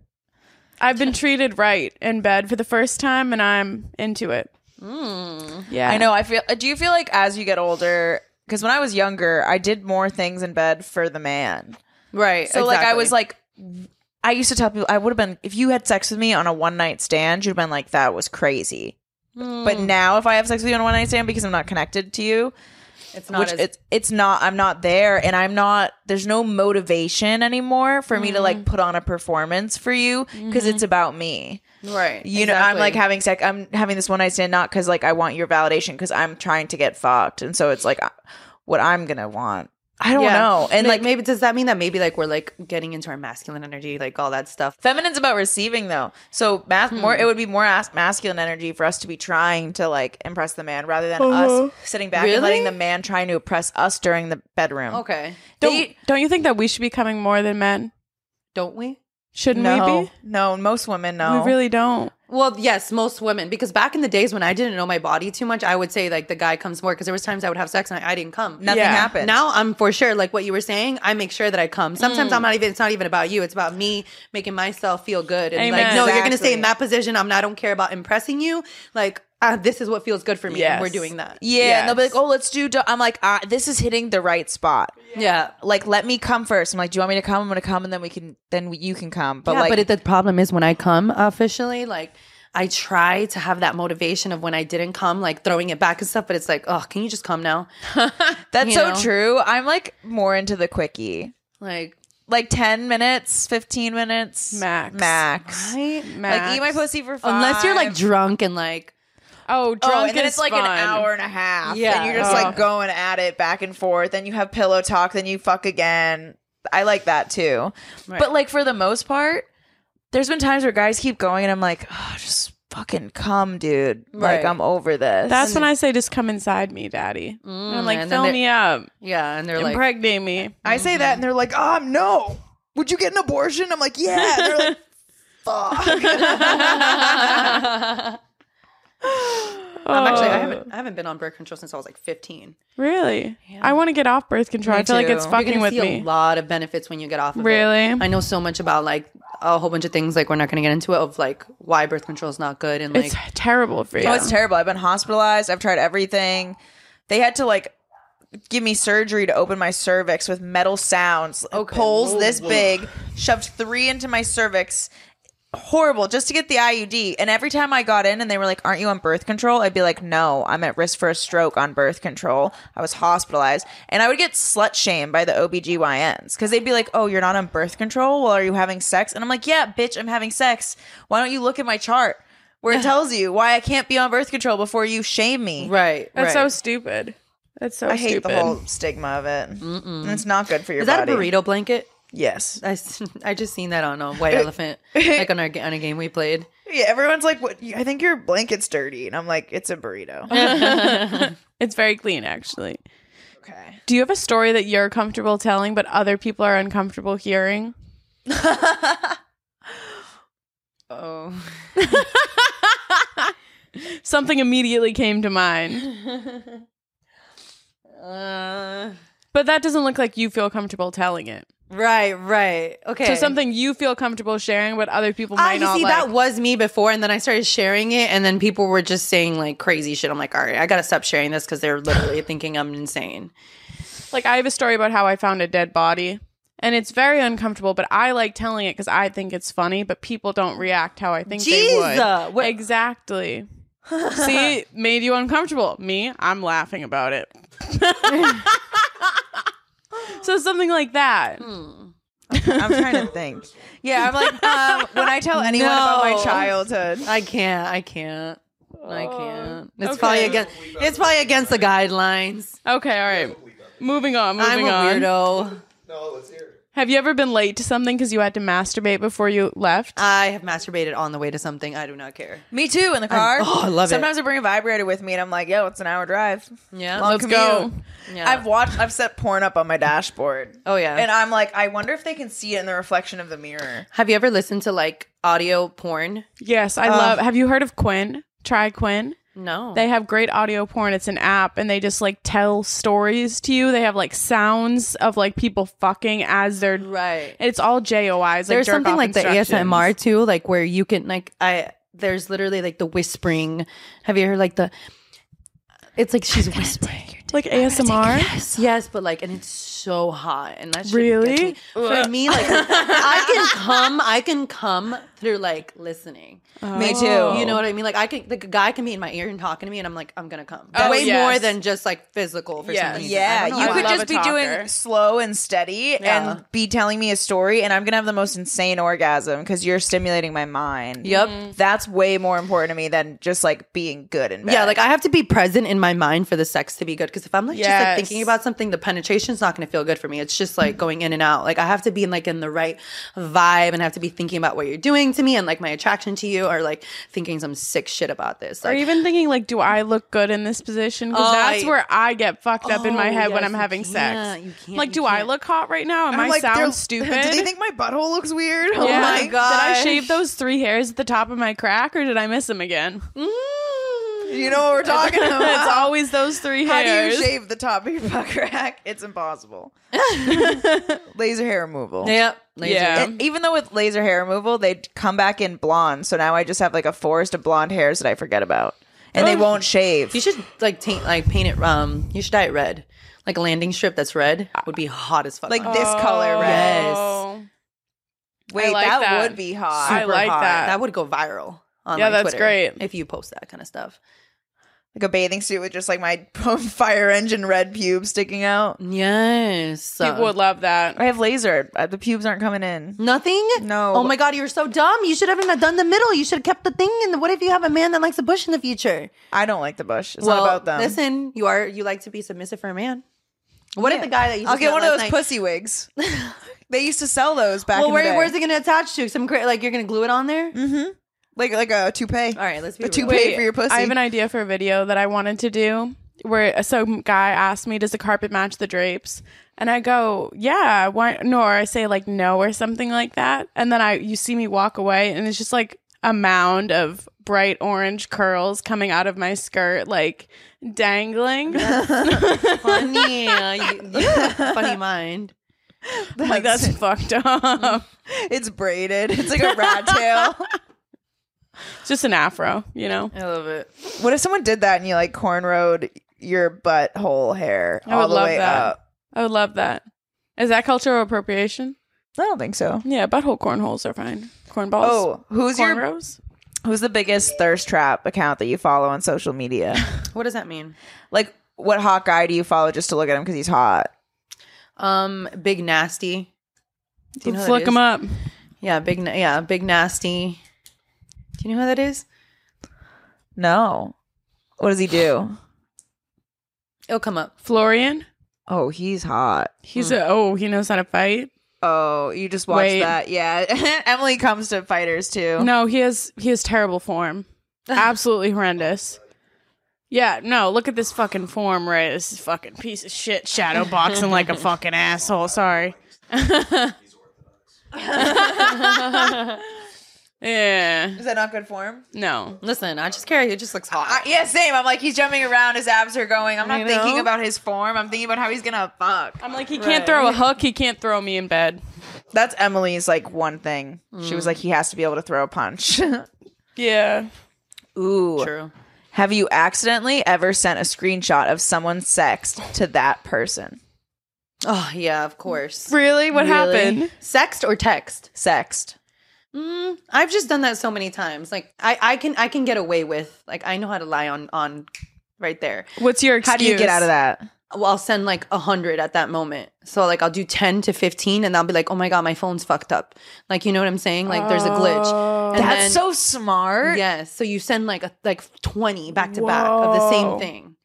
Speaker 4: I've been treated right in bed for the first time and I'm into it. Yeah.
Speaker 3: Hmm. I know. I feel. Do you feel like as you get older? Because when I was younger, I did more things in bed for the man.
Speaker 5: right.
Speaker 3: So like I was
Speaker 5: exactly.
Speaker 3: like. I used to tell people I would have been if you had sex with me on a one night stand, you'd have been like, that was crazy. But
Speaker 4: Hmm.
Speaker 3: now if I have sex with you on a one night stand because I'm not connected to you,
Speaker 5: it's not
Speaker 3: which
Speaker 5: as
Speaker 3: it's it's not i'm not there and i'm not there's no motivation anymore for me to
Speaker 5: Mm-hmm.
Speaker 3: like put on a performance for you because it's about me
Speaker 5: right.
Speaker 3: you know
Speaker 5: Mm-hmm.
Speaker 3: i'm
Speaker 5: exactly.
Speaker 3: like having sex i'm having this one night stand not because like i want your validation because i'm trying to get fucked and so it's like I- what i'm gonna want i don't
Speaker 5: Yeah.
Speaker 3: know and
Speaker 5: May-
Speaker 3: like
Speaker 5: maybe does that mean that maybe like we're like getting into our masculine energy, like all that stuff.
Speaker 3: feminine's about receiving though so mas- more
Speaker 5: Hmm.
Speaker 3: it would be more as- masculine energy for us to be trying to like impress the man rather than us sitting back and letting
Speaker 5: Uh-huh. Really?
Speaker 3: the man trying to impress us during the bedroom
Speaker 5: Okay,
Speaker 4: Don't,
Speaker 3: They-
Speaker 4: don't you think that we should be coming more than men?
Speaker 5: don't we?
Speaker 4: Shouldn't we
Speaker 3: no
Speaker 4: be?
Speaker 3: no most women no
Speaker 4: We really don't.
Speaker 5: Well, yes, most women. Because back in the days when I didn't know my body too much, I would say like the guy comes more. Because there was times I would have sex and I, I didn't come.
Speaker 3: nothing
Speaker 4: Yeah.
Speaker 3: happened.
Speaker 5: Now I'm for sure like what you were saying. I make sure that I come. Sometimes I'm not even. It's not even about you. It's about me making myself feel good. And like,
Speaker 4: Amen.
Speaker 5: no, you're gonna stay in
Speaker 3: Exactly.
Speaker 5: that position. I'm not. I don't care about impressing you. Like uh, this is what feels good for me. And we're
Speaker 4: Yes.
Speaker 5: doing that.
Speaker 3: yeah, and they'll be like, "Oh, let's do." do-" I'm like, uh, "This is hitting the right spot."
Speaker 5: yeah.
Speaker 3: Like, let me come first. I'm like, "Do you want me to come? I'm gonna come, and then we can, then you can come." But
Speaker 5: yeah,
Speaker 3: like,
Speaker 5: but it, the problem is when I come officially, like I try to have that motivation of when I didn't come, like throwing it back and stuff. But it's like, oh, can you just come now?
Speaker 3: that's
Speaker 5: you
Speaker 3: so
Speaker 5: know.
Speaker 3: true. I'm like more into the quickie,
Speaker 5: Like,
Speaker 3: like ten minutes, fifteen minutes
Speaker 4: Max.
Speaker 3: max.
Speaker 5: right?
Speaker 3: Like, eat my pussy for five.
Speaker 5: unless you're like drunk and like,
Speaker 4: Oh, drunk
Speaker 3: Oh, and then
Speaker 4: is
Speaker 3: it's like an
Speaker 4: fun.
Speaker 3: hour and a half.
Speaker 5: Yeah.
Speaker 3: And you're just
Speaker 4: Oh.
Speaker 3: like going at it back and forth. Then you have pillow talk. Then you fuck again. I like that too. But like for the most part, there's been times where guys keep going and I'm like, oh, just fucking come, dude. Like
Speaker 5: Right.
Speaker 3: I'm over this.
Speaker 4: That's when I say, just come inside me, daddy. and I'm like,
Speaker 5: and then
Speaker 4: fill
Speaker 5: they-
Speaker 4: me up,
Speaker 5: yeah, and they're like,
Speaker 4: impregnate me.
Speaker 3: I say that and they're like, um, no. Would you get an abortion? I'm like, yeah. And they're like,
Speaker 5: I'm actually, I haven't, I haven't been on birth control since I was like 15.
Speaker 4: Oh, Really? I want to get off birth control. I feel like
Speaker 3: too.
Speaker 4: it's
Speaker 3: You're
Speaker 4: fucking
Speaker 5: You're
Speaker 4: with
Speaker 5: gonna see
Speaker 4: me.
Speaker 5: a lot of benefits when you get off. Of it.
Speaker 4: Really?
Speaker 5: I know so much about like a whole bunch of things. Like we're not gonna get into it of like why birth control is not good and like
Speaker 4: It's terrible for you.
Speaker 3: oh, it's terrible. I've been hospitalized. I've tried everything. They had to like give me surgery to open my cervix with metal sounds, poles this big, shoved three into my cervix. Horrible, just to get the IUD. And every time I got in and they were like, Aren't you on birth control? I'd be like, No, I'm at risk for a stroke on birth control. I was hospitalized. And I would get slut shamed by the OBGYNs because they'd be like, Oh, you're not on birth control? Well, are you having sex? And I'm like, Yeah, bitch, I'm having sex. Why don't you look at my chart where it tells you why I can't be on birth control before you shame me?
Speaker 5: right.
Speaker 4: That's
Speaker 5: right.
Speaker 4: so stupid. That's so
Speaker 3: I hate
Speaker 4: stupid.
Speaker 3: the whole stigma of it. And It's not good for your
Speaker 5: Is that
Speaker 3: body.
Speaker 5: a burrito blanket?
Speaker 3: Yes.
Speaker 5: I, s- I just seen that on a white elephant, like on our ga- on a game we played.
Speaker 3: Yeah, everyone's like, "What? I think your blanket's dirty," and I'm like, "It's a burrito."
Speaker 4: it's very clean, actually.
Speaker 3: okay.
Speaker 4: Do you have a story that you're comfortable telling, but other people are uncomfortable hearing?
Speaker 5: Oh.
Speaker 4: Something immediately came to mind.
Speaker 5: Uh,
Speaker 4: But that doesn't look like you feel comfortable telling it.
Speaker 5: right, right. Okay.
Speaker 4: So something you feel comfortable sharing, but other people
Speaker 5: I
Speaker 4: might not
Speaker 5: Ah, see
Speaker 4: like.
Speaker 5: that was me before, and then I started sharing it, and then people were just saying like crazy shit. I'm like, all right, I gotta stop sharing this because they're literally thinking I'm insane.
Speaker 4: Like I have a story about how I found a dead body and it's very uncomfortable, but I like telling it cuz I think it's funny, but people don't react how I think they
Speaker 5: Jesus,
Speaker 4: would.
Speaker 5: uh, what-
Speaker 4: Exactly. See, made you uncomfortable. Me, I'm laughing about it. so something like that.
Speaker 5: Hmm.
Speaker 3: I'm trying to think. Yeah, I'm like um, when I tell anyone about my
Speaker 5: No.
Speaker 3: childhood.
Speaker 5: I can't. I can't. I can't. It's
Speaker 4: okay.
Speaker 5: probably against. It's probably against the guidelines.
Speaker 4: Okay, all right. Moving on,
Speaker 5: I'm
Speaker 4: moving
Speaker 5: a
Speaker 4: on.
Speaker 5: weirdo.
Speaker 6: No, let's hear it.
Speaker 4: Have you ever been late to something cuz you had to masturbate before you left?
Speaker 5: I have masturbated on the way to something. I do not care.
Speaker 3: Me too in the car.
Speaker 5: oh, I love it.
Speaker 3: Sometimes I bring a vibrator with me, and I'm like, "Yo, it's an hour drive.
Speaker 5: Yeah.
Speaker 3: Long
Speaker 4: Let's go.
Speaker 3: commute.
Speaker 5: Yeah.
Speaker 3: I've watched. I've set porn up on my dashboard.
Speaker 5: Oh, yeah.
Speaker 3: And I'm like, I wonder if they can see it in the reflection of the mirror.
Speaker 5: Have you ever listened to like audio porn?
Speaker 4: Yes,
Speaker 5: Uh,
Speaker 4: I love. Have you heard of Quinn? Try Quinn.
Speaker 5: No.
Speaker 4: They have great audio porn. It's an app and they just like tell stories to you. They have like sounds of like people fucking as they're
Speaker 5: right.
Speaker 4: It's all JOIs. Like
Speaker 5: there's
Speaker 4: jerk
Speaker 5: something
Speaker 4: off
Speaker 5: like the
Speaker 4: instructions.
Speaker 5: ASMR too, like where you can like I there's literally like the whispering. Have you heard like the? It's like she's whispering.
Speaker 4: Like ASMR.
Speaker 5: Yes, but like, and it's so hot, and that shit
Speaker 4: Really?
Speaker 5: gets me. for me, like, I can come, I can come through like listening.
Speaker 3: Me too.
Speaker 5: You know what I mean? Like, I can, like, a guy can be in my ear and talking to me, and I'm like, I'm gonna come.
Speaker 4: Oh,
Speaker 5: Way
Speaker 4: yes.
Speaker 5: more than just like physical for
Speaker 4: Yes.
Speaker 5: some reason.
Speaker 3: Yeah,
Speaker 5: I don't know
Speaker 3: you
Speaker 5: why.
Speaker 3: could
Speaker 4: love
Speaker 3: just
Speaker 4: a
Speaker 3: be
Speaker 4: talker.
Speaker 3: doing slow and steady
Speaker 5: Yeah.
Speaker 3: and be telling me a story, and I'm gonna have the most insane orgasm because you're stimulating my mind.
Speaker 5: Yep.
Speaker 3: That's way more important to me than just like being good and bad.
Speaker 5: Yeah, like I have to be present in my mind for the sex to be good. Because if I'm like just
Speaker 4: Yes.
Speaker 5: like thinking about something, the penetration's not going to feel good for me. It's just like going in and out. Like I have to be in like in the right vibe and have to be thinking about what you're doing to me and like my attraction to you, or like thinking some sick shit about this.
Speaker 4: Or
Speaker 5: Like,
Speaker 4: even thinking like, do I look good in this position? Because
Speaker 5: Oh,
Speaker 4: that's
Speaker 5: I-
Speaker 4: where I get fucked up in my
Speaker 5: Oh,
Speaker 4: head when
Speaker 5: yes,
Speaker 4: I'm
Speaker 5: you
Speaker 4: having sex.
Speaker 5: can't, you can't,
Speaker 4: like,
Speaker 5: you
Speaker 4: do I
Speaker 5: can't.
Speaker 4: look hot right now? Am I
Speaker 3: like, they're-
Speaker 4: sound stupid?
Speaker 3: Do they think my butthole looks weird? Oh
Speaker 4: Yeah.
Speaker 3: my god!
Speaker 4: Did I shave those three hairs at the top of my crack, or did I miss them again?
Speaker 5: Mm.
Speaker 3: You know what we're talking about?
Speaker 4: it's always those three
Speaker 3: How do
Speaker 4: hairs.
Speaker 3: you shave the top of your butt crack? It's impossible. laser hair removal.
Speaker 5: Yep. Laser.
Speaker 4: Yeah.
Speaker 3: And even though with laser hair removal, they come back in blonde. So now I just have like a forest of blonde hairs that I forget about, and they won't shave.
Speaker 5: Oh. You should like taint like paint it. Um, you should dye it red. Like a landing strip that's red would be hot as fuck.
Speaker 3: like
Speaker 5: on
Speaker 3: this
Speaker 5: it.
Speaker 4: Oh.
Speaker 3: color red.
Speaker 5: Yes.
Speaker 3: Wait,
Speaker 4: like
Speaker 3: that,
Speaker 4: that.
Speaker 3: would be hot.
Speaker 4: I
Speaker 5: Super
Speaker 4: like
Speaker 5: hot.
Speaker 4: that.
Speaker 5: That would go viral. On
Speaker 4: Yeah,
Speaker 5: like,
Speaker 4: that's
Speaker 5: Twitter
Speaker 4: great.
Speaker 5: If you post that kind of stuff.
Speaker 3: like a bathing suit with just like my fire engine red pubes sticking out.
Speaker 5: Yes.
Speaker 4: People would love that.
Speaker 3: I have laser. Uh, The pubes aren't coming in.
Speaker 5: Nothing?
Speaker 3: No.
Speaker 5: Oh my god, you're so dumb. You should haven't have done the middle. You should have kept the thing. And what if you have a man that likes a bush in the future?
Speaker 3: I don't like the bush. It's
Speaker 5: well,
Speaker 3: not about them.
Speaker 5: listen, you are you like to be submissive for a man. What if the guy that you just
Speaker 3: I'll get
Speaker 5: met
Speaker 3: one of
Speaker 5: last
Speaker 3: those
Speaker 5: night-
Speaker 3: pussy wigs. they used to sell those back.
Speaker 5: Well,
Speaker 3: in the
Speaker 5: where,
Speaker 3: day.
Speaker 5: where's it going to attach to? Some cra- like you're going to glue it on there?
Speaker 3: like like a toupee?
Speaker 5: All right, let's be
Speaker 3: a
Speaker 5: real.
Speaker 3: toupee for your pussy.
Speaker 4: I have an idea for a video that I wanted to do where some guy asked me, Does the carpet match the drapes? And I go, Yeah, why no, or I say like no or something like that. And then I you see me walk away and it's just like a mound of bright orange curls coming out of my skirt, like dangling.
Speaker 5: funny. You- you have a funny mind.
Speaker 4: like that's fucked up.
Speaker 3: it's braided. It's like a rat tail.
Speaker 4: just an afro, you know.
Speaker 5: I love it.
Speaker 3: What if someone did that and you like cornrowed your butthole hair
Speaker 4: I
Speaker 3: all
Speaker 4: would
Speaker 3: the
Speaker 4: love
Speaker 3: way
Speaker 4: that.
Speaker 3: up?
Speaker 4: I would love that. Is that cultural appropriation?
Speaker 3: I don't think so.
Speaker 4: Yeah, butthole cornholes are fine. Cornballs.
Speaker 3: Oh, who's your
Speaker 4: cornrows?
Speaker 3: who's the biggest thirst trap account that you follow on social media?
Speaker 5: What does that mean?
Speaker 3: like, what hot guy do you follow just to look at him because he's hot?
Speaker 5: Um, big nasty. Do you know
Speaker 4: Let's
Speaker 5: who that
Speaker 4: look
Speaker 5: is?
Speaker 4: them up.
Speaker 5: Yeah, big. Na- yeah, big nasty. Do you know who that is?
Speaker 3: No. What does he do?
Speaker 5: It'll come up.
Speaker 4: Florian.
Speaker 3: Oh, he's hot.
Speaker 4: He's a oh, he knows how to fight.
Speaker 3: Oh, you just watched
Speaker 4: Wait.
Speaker 3: that? Yeah. Emily comes to fighters too.
Speaker 4: No, he has he has terrible form. Absolutely horrendous. Yeah, no, look at this fucking form, right? This is fucking piece of shit shadow boxing like a fucking asshole. Sorry. Yeah.
Speaker 3: Is that not good form?
Speaker 4: No.
Speaker 5: Listen, I just carry. It just looks hot.
Speaker 3: I, yeah, same. I'm like, he's jumping around. His abs are going. I'm
Speaker 5: I
Speaker 3: not
Speaker 5: know.
Speaker 3: thinking about his form. I'm thinking about how he's gonna fuck.
Speaker 4: I'm like, he can't throw a hook. He can't throw me in bed.
Speaker 3: That's Emily's like one thing. She was like, he has to be able to throw a punch.
Speaker 4: Yeah.
Speaker 3: Ooh.
Speaker 5: True.
Speaker 3: Have you accidentally ever sent a screenshot of someone sexed to that person?
Speaker 5: Oh yeah, of course.
Speaker 4: Really? What happened?
Speaker 5: Sext or text?
Speaker 3: Sexed.
Speaker 5: Mm, I've just done that so many times. Like I, I can, I can get away with. Like I know how to lie on, on, right there.
Speaker 4: What's your excuse?
Speaker 3: How do you get out of that?
Speaker 5: Well, I'll send like a hundred at that moment. So like I'll do ten to fifteen, and I'll be like, oh my god, my phone's fucked up. Like you know what I'm saying? Like there's a glitch. And
Speaker 3: That's
Speaker 5: then-
Speaker 3: so smart.
Speaker 5: Yes. So you send like a, like twenty back to back of the
Speaker 4: Whoa.
Speaker 5: same thing.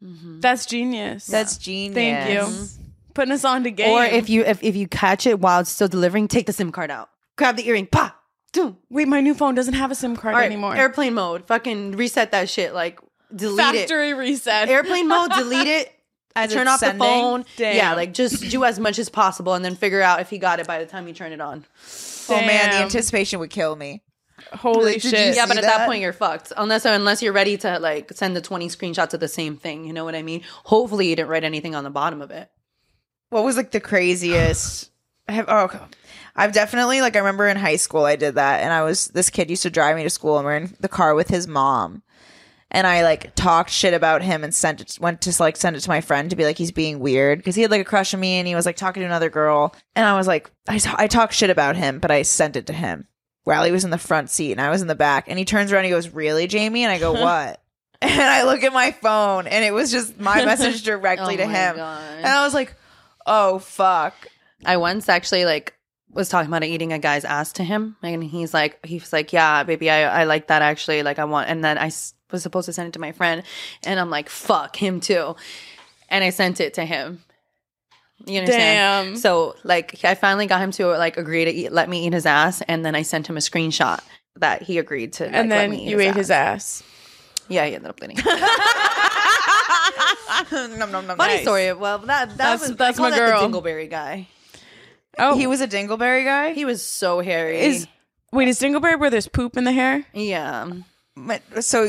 Speaker 4: That's genius.
Speaker 3: That's genius.
Speaker 4: Thank you. Putting us on to game.
Speaker 5: Or if you if, if you catch it while it's still delivering, take the SIM card out. Grab the earring. Pa. Doom.
Speaker 4: wait, my new phone doesn't have a SIM card
Speaker 5: All right,
Speaker 4: anymore.
Speaker 5: Airplane mode. Fucking reset that shit. Like delete
Speaker 4: Factory reset.
Speaker 5: it. Airplane mode. Delete it.
Speaker 3: As
Speaker 5: turn
Speaker 3: it's
Speaker 5: off
Speaker 3: sending?
Speaker 5: the phone.
Speaker 4: Damn.
Speaker 5: Yeah, like just do as much as possible, and then figure out if he got it by the time you turn it on.
Speaker 3: Oh man, the
Speaker 4: Damn.
Speaker 3: anticipation would kill me.
Speaker 4: Holy
Speaker 3: Did you
Speaker 4: shit.
Speaker 3: see
Speaker 5: Yeah, but at that?
Speaker 3: that?
Speaker 5: point you're fucked. Unless uh, unless you're ready to like send the 20 screenshots of the same thing. You know what I mean? Hopefully you didn't write anything on the bottom of it.
Speaker 3: What was like the craziest? I have oh, okay. I've definitely like I remember in high school I did that, and I was this kid used to drive me to school, and we're in the car with his mom, and I like talked shit about him and sent it went to like send it to my friend to be like he's being weird because he had like a crush on me and he was like talking to another girl, and I was like I t- I talked shit about him, but I sent it to him. Riley was in the front seat and I was in the back, and he turns around and he goes, "Really, Jamie?" And I go, "What?" And I look at my phone, and it was just my message directly
Speaker 5: Oh
Speaker 3: to
Speaker 5: my
Speaker 3: him,
Speaker 5: God.
Speaker 3: and I was like. Oh fuck!
Speaker 5: I once actually like was talking about eating a guy's ass to him, and he's like, he was like, yeah, baby, I, I like that actually. Like, I want, and then I s- was supposed to send it to my friend, and I'm like, fuck him too, and I sent it to him. You understand?
Speaker 4: Damn.
Speaker 5: So like, I finally got him to like agree to eat, let me eat his ass, and then I sent him a screenshot that he agreed to. like,
Speaker 4: and
Speaker 5: let
Speaker 4: then
Speaker 5: me eat
Speaker 4: you ate his ass.
Speaker 5: Yeah, he ended up getting.
Speaker 3: Nom, nom, nom,
Speaker 5: Funny
Speaker 3: nom.
Speaker 5: story. Well, that that
Speaker 4: That's-
Speaker 5: was I
Speaker 4: that's
Speaker 5: call that
Speaker 4: my girl.
Speaker 5: the Dingleberry guy.
Speaker 4: Oh,
Speaker 3: He was a Dingleberry guy.
Speaker 5: He was so hairy.
Speaker 4: is wait is Dingleberry where there's poop in the hair?
Speaker 5: yeah.
Speaker 3: My- so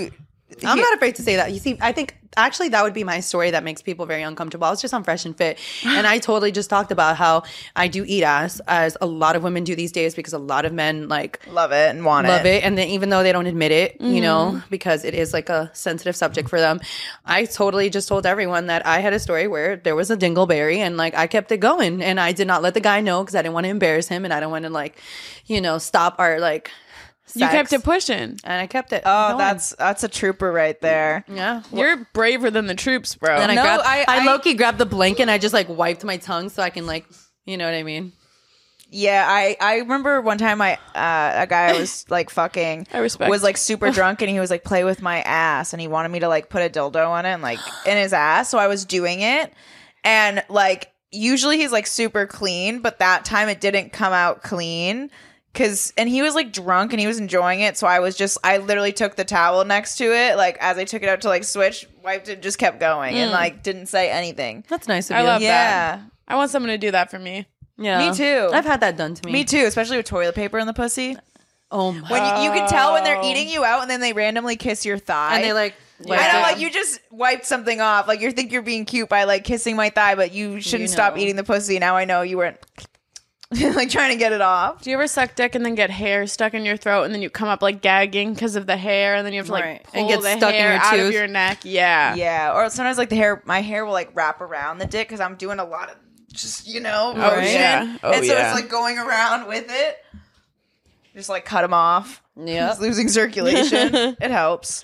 Speaker 5: I'm
Speaker 3: he-
Speaker 5: not afraid to say that. You see, I think actually that would be my story that makes people very uncomfortable. I was just on Fresh and Fit, and I totally just talked about how I do eat ass, as a lot of women do these days, because a lot of men like
Speaker 3: love it and want
Speaker 5: love
Speaker 3: it.
Speaker 5: it, and then even though they don't admit it, you know, because it is like a sensitive subject for them. I totally just told everyone that I had a story where there was a dingleberry, and like I kept it going, and I did not let the guy know because I didn't want to embarrass him, and I don't want to like, you know, stop our like.
Speaker 4: You kept
Speaker 5: sex.
Speaker 4: it pushing.
Speaker 5: and I kept it.
Speaker 3: Oh,
Speaker 5: going.
Speaker 3: that's that's a trooper right there.
Speaker 5: yeah.
Speaker 4: You're braver than the troops, bro.
Speaker 5: And
Speaker 3: No,
Speaker 5: I grabbed,
Speaker 3: I-
Speaker 5: I,
Speaker 3: I-
Speaker 5: low key grabbed the blanket and I just like wiped my tongue so I can like, you know what I mean?
Speaker 3: Yeah, I I remember one time I uh, a guy I was like fucking
Speaker 4: I respect.
Speaker 3: was like super drunk and he was like play with my ass and he wanted me to like put a dildo on it and like in his ass. So I was doing it and like usually he's like super clean, but that time it didn't come out clean. Cause and he was like drunk and he was enjoying it, so I was just I literally took the towel next to it, like as I took it out to like switch, wiped it, just kept going
Speaker 4: Mm.
Speaker 3: and like didn't say anything.
Speaker 5: That's nice of
Speaker 4: I
Speaker 5: you.
Speaker 4: love that.
Speaker 3: Yeah,
Speaker 4: I want someone to do that for me.
Speaker 5: yeah.
Speaker 3: Me too.
Speaker 5: I've had that done to me.
Speaker 3: me too, especially with toilet paper in the pussy.
Speaker 5: Oh my.
Speaker 3: When you, you can tell when they're eating you out and then they randomly kiss your
Speaker 5: Oh.
Speaker 3: thigh.
Speaker 5: and they like,
Speaker 3: I
Speaker 5: wiped
Speaker 3: know,
Speaker 5: it.
Speaker 3: like you just wiped something off. Like you think you're being cute by like kissing my thigh, but you shouldn't
Speaker 5: You
Speaker 3: stop
Speaker 5: know.
Speaker 3: eating the pussy. Now I know you weren't like trying to get it off.
Speaker 4: Do you ever suck dick and then get hair stuck in your throat and then you come up like gagging because of the hair and then you have to like
Speaker 5: Right.
Speaker 4: pull
Speaker 5: And get
Speaker 4: the
Speaker 5: stuck in
Speaker 4: hair
Speaker 5: your
Speaker 4: out of
Speaker 5: tooth.
Speaker 4: your neck? Yeah.
Speaker 3: Yeah, or sometimes like the hair, my hair will like wrap around the dick because I'm doing a lot of just you know motion,
Speaker 5: Right.
Speaker 4: Yeah. Oh,
Speaker 3: and so
Speaker 4: yeah.
Speaker 3: it's like going around with it. Just like cut them off.
Speaker 5: yeah.
Speaker 3: It's losing circulation. it helps.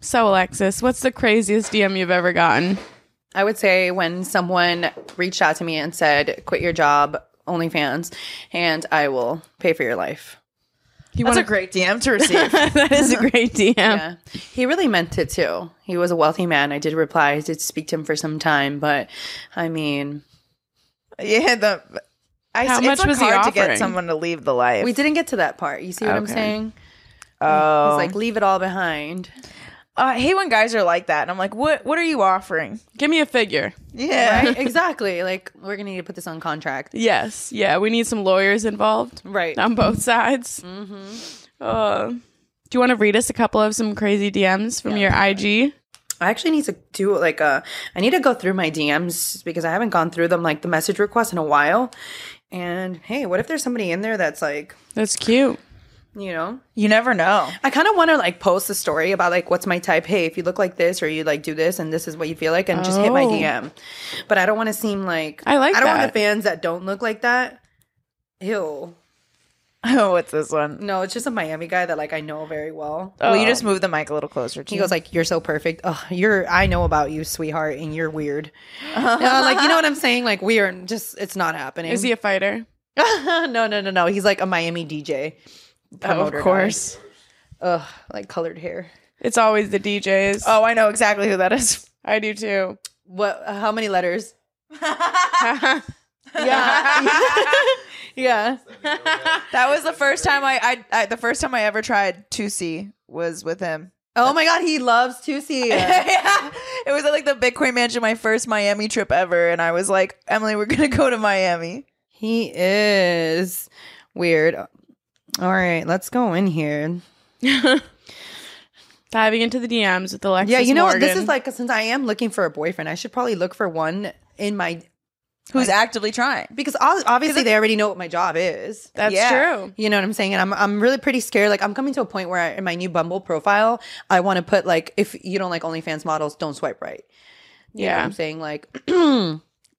Speaker 4: So Alexis, what's the craziest DM you've ever gotten?
Speaker 5: I would say when someone reached out to me and said, quit your job, OnlyFans, and I will pay for your life.
Speaker 4: You
Speaker 3: That's
Speaker 4: wanna-
Speaker 3: a great DM to receive.
Speaker 4: that is a great DM.
Speaker 5: Yeah. He really meant it too. He was a wealthy man. I did reply. I did speak to him for some time, but I mean,
Speaker 3: Yeah, the I,
Speaker 4: How
Speaker 3: it's
Speaker 4: much
Speaker 3: like
Speaker 4: was he
Speaker 3: hard to
Speaker 4: offering?
Speaker 3: get someone to leave the life.
Speaker 5: we didn't get to that part. You see what I'm
Speaker 4: Okay.
Speaker 5: saying?
Speaker 3: oh,
Speaker 5: He's like, leave it all behind.
Speaker 3: I hate Uh, when guys are like that, and I'm like, what What are you offering?
Speaker 4: Give me a figure.
Speaker 3: Yeah,
Speaker 5: Right? exactly. Like we're gonna need to put this on contract.
Speaker 4: Yes. Yeah. We need some lawyers involved.
Speaker 5: Right.
Speaker 4: On both sides.
Speaker 5: Mm-hmm.
Speaker 4: Uh, do you want to read us a couple of some crazy DMs from your IG?
Speaker 5: I actually need to do like a. I need to go through my DMs because I haven't gone through them like the message requests in a while. And hey, what if there's somebody in there that's like,
Speaker 4: That's cute.
Speaker 5: you know,
Speaker 3: you never know.
Speaker 5: I kind of want to like post a story about like what's my type. Hey, if you look like this or you like do this and this is what you feel like, and just hit my
Speaker 4: Oh.
Speaker 5: DM. But I don't want to seem like
Speaker 4: I like
Speaker 5: I don't
Speaker 4: that.
Speaker 5: want the fans that don't look like that. Ew.
Speaker 3: Oh, what's this one?
Speaker 5: No, it's just a Miami guy that like I know very well.
Speaker 3: Will you just move the mic a little closer? To
Speaker 5: He
Speaker 3: you?
Speaker 5: goes like, "You're so perfect. Oh, you're. I know about you, sweetheart, and you're weird. Uh, like, you know what I'm saying? Like, we are just. It's not happening.
Speaker 4: Is he a fighter?
Speaker 5: no, no, no, no. He's like a Miami DJ.
Speaker 4: Oh, of course.
Speaker 5: Ugh, like colored hair.
Speaker 4: It's always the DJs.
Speaker 3: oh, I know exactly who that is.
Speaker 4: I do too.
Speaker 5: What? How many letters? yeah, yeah.
Speaker 3: That was the first time I, I, I the first time I ever tried 2C was with him.
Speaker 5: Oh my God, he loves to see. it.
Speaker 3: yeah. It was at like the Bitcoin Mansion, my first Miami trip ever, and I was like, Emily, we're gonna go to Miami.
Speaker 5: he is weird. All right, let's go in here.
Speaker 4: Diving into the DMs with Alexis.
Speaker 5: Yeah, you know what?
Speaker 4: Morgan.
Speaker 5: This is like since I am looking for a boyfriend, I should probably look for one in my
Speaker 3: Who's actively trying?
Speaker 5: because ob- obviously they already know what my job is.
Speaker 4: that's
Speaker 3: yeah.
Speaker 4: true.
Speaker 5: You know what I'm saying? And I'm I'm really pretty scared. Like I'm coming to a point where I, in my new Bumble profile, I want to put like if you don't like OnlyFans models, don't swipe right. You know what
Speaker 4: Yeah.
Speaker 5: I'm saying like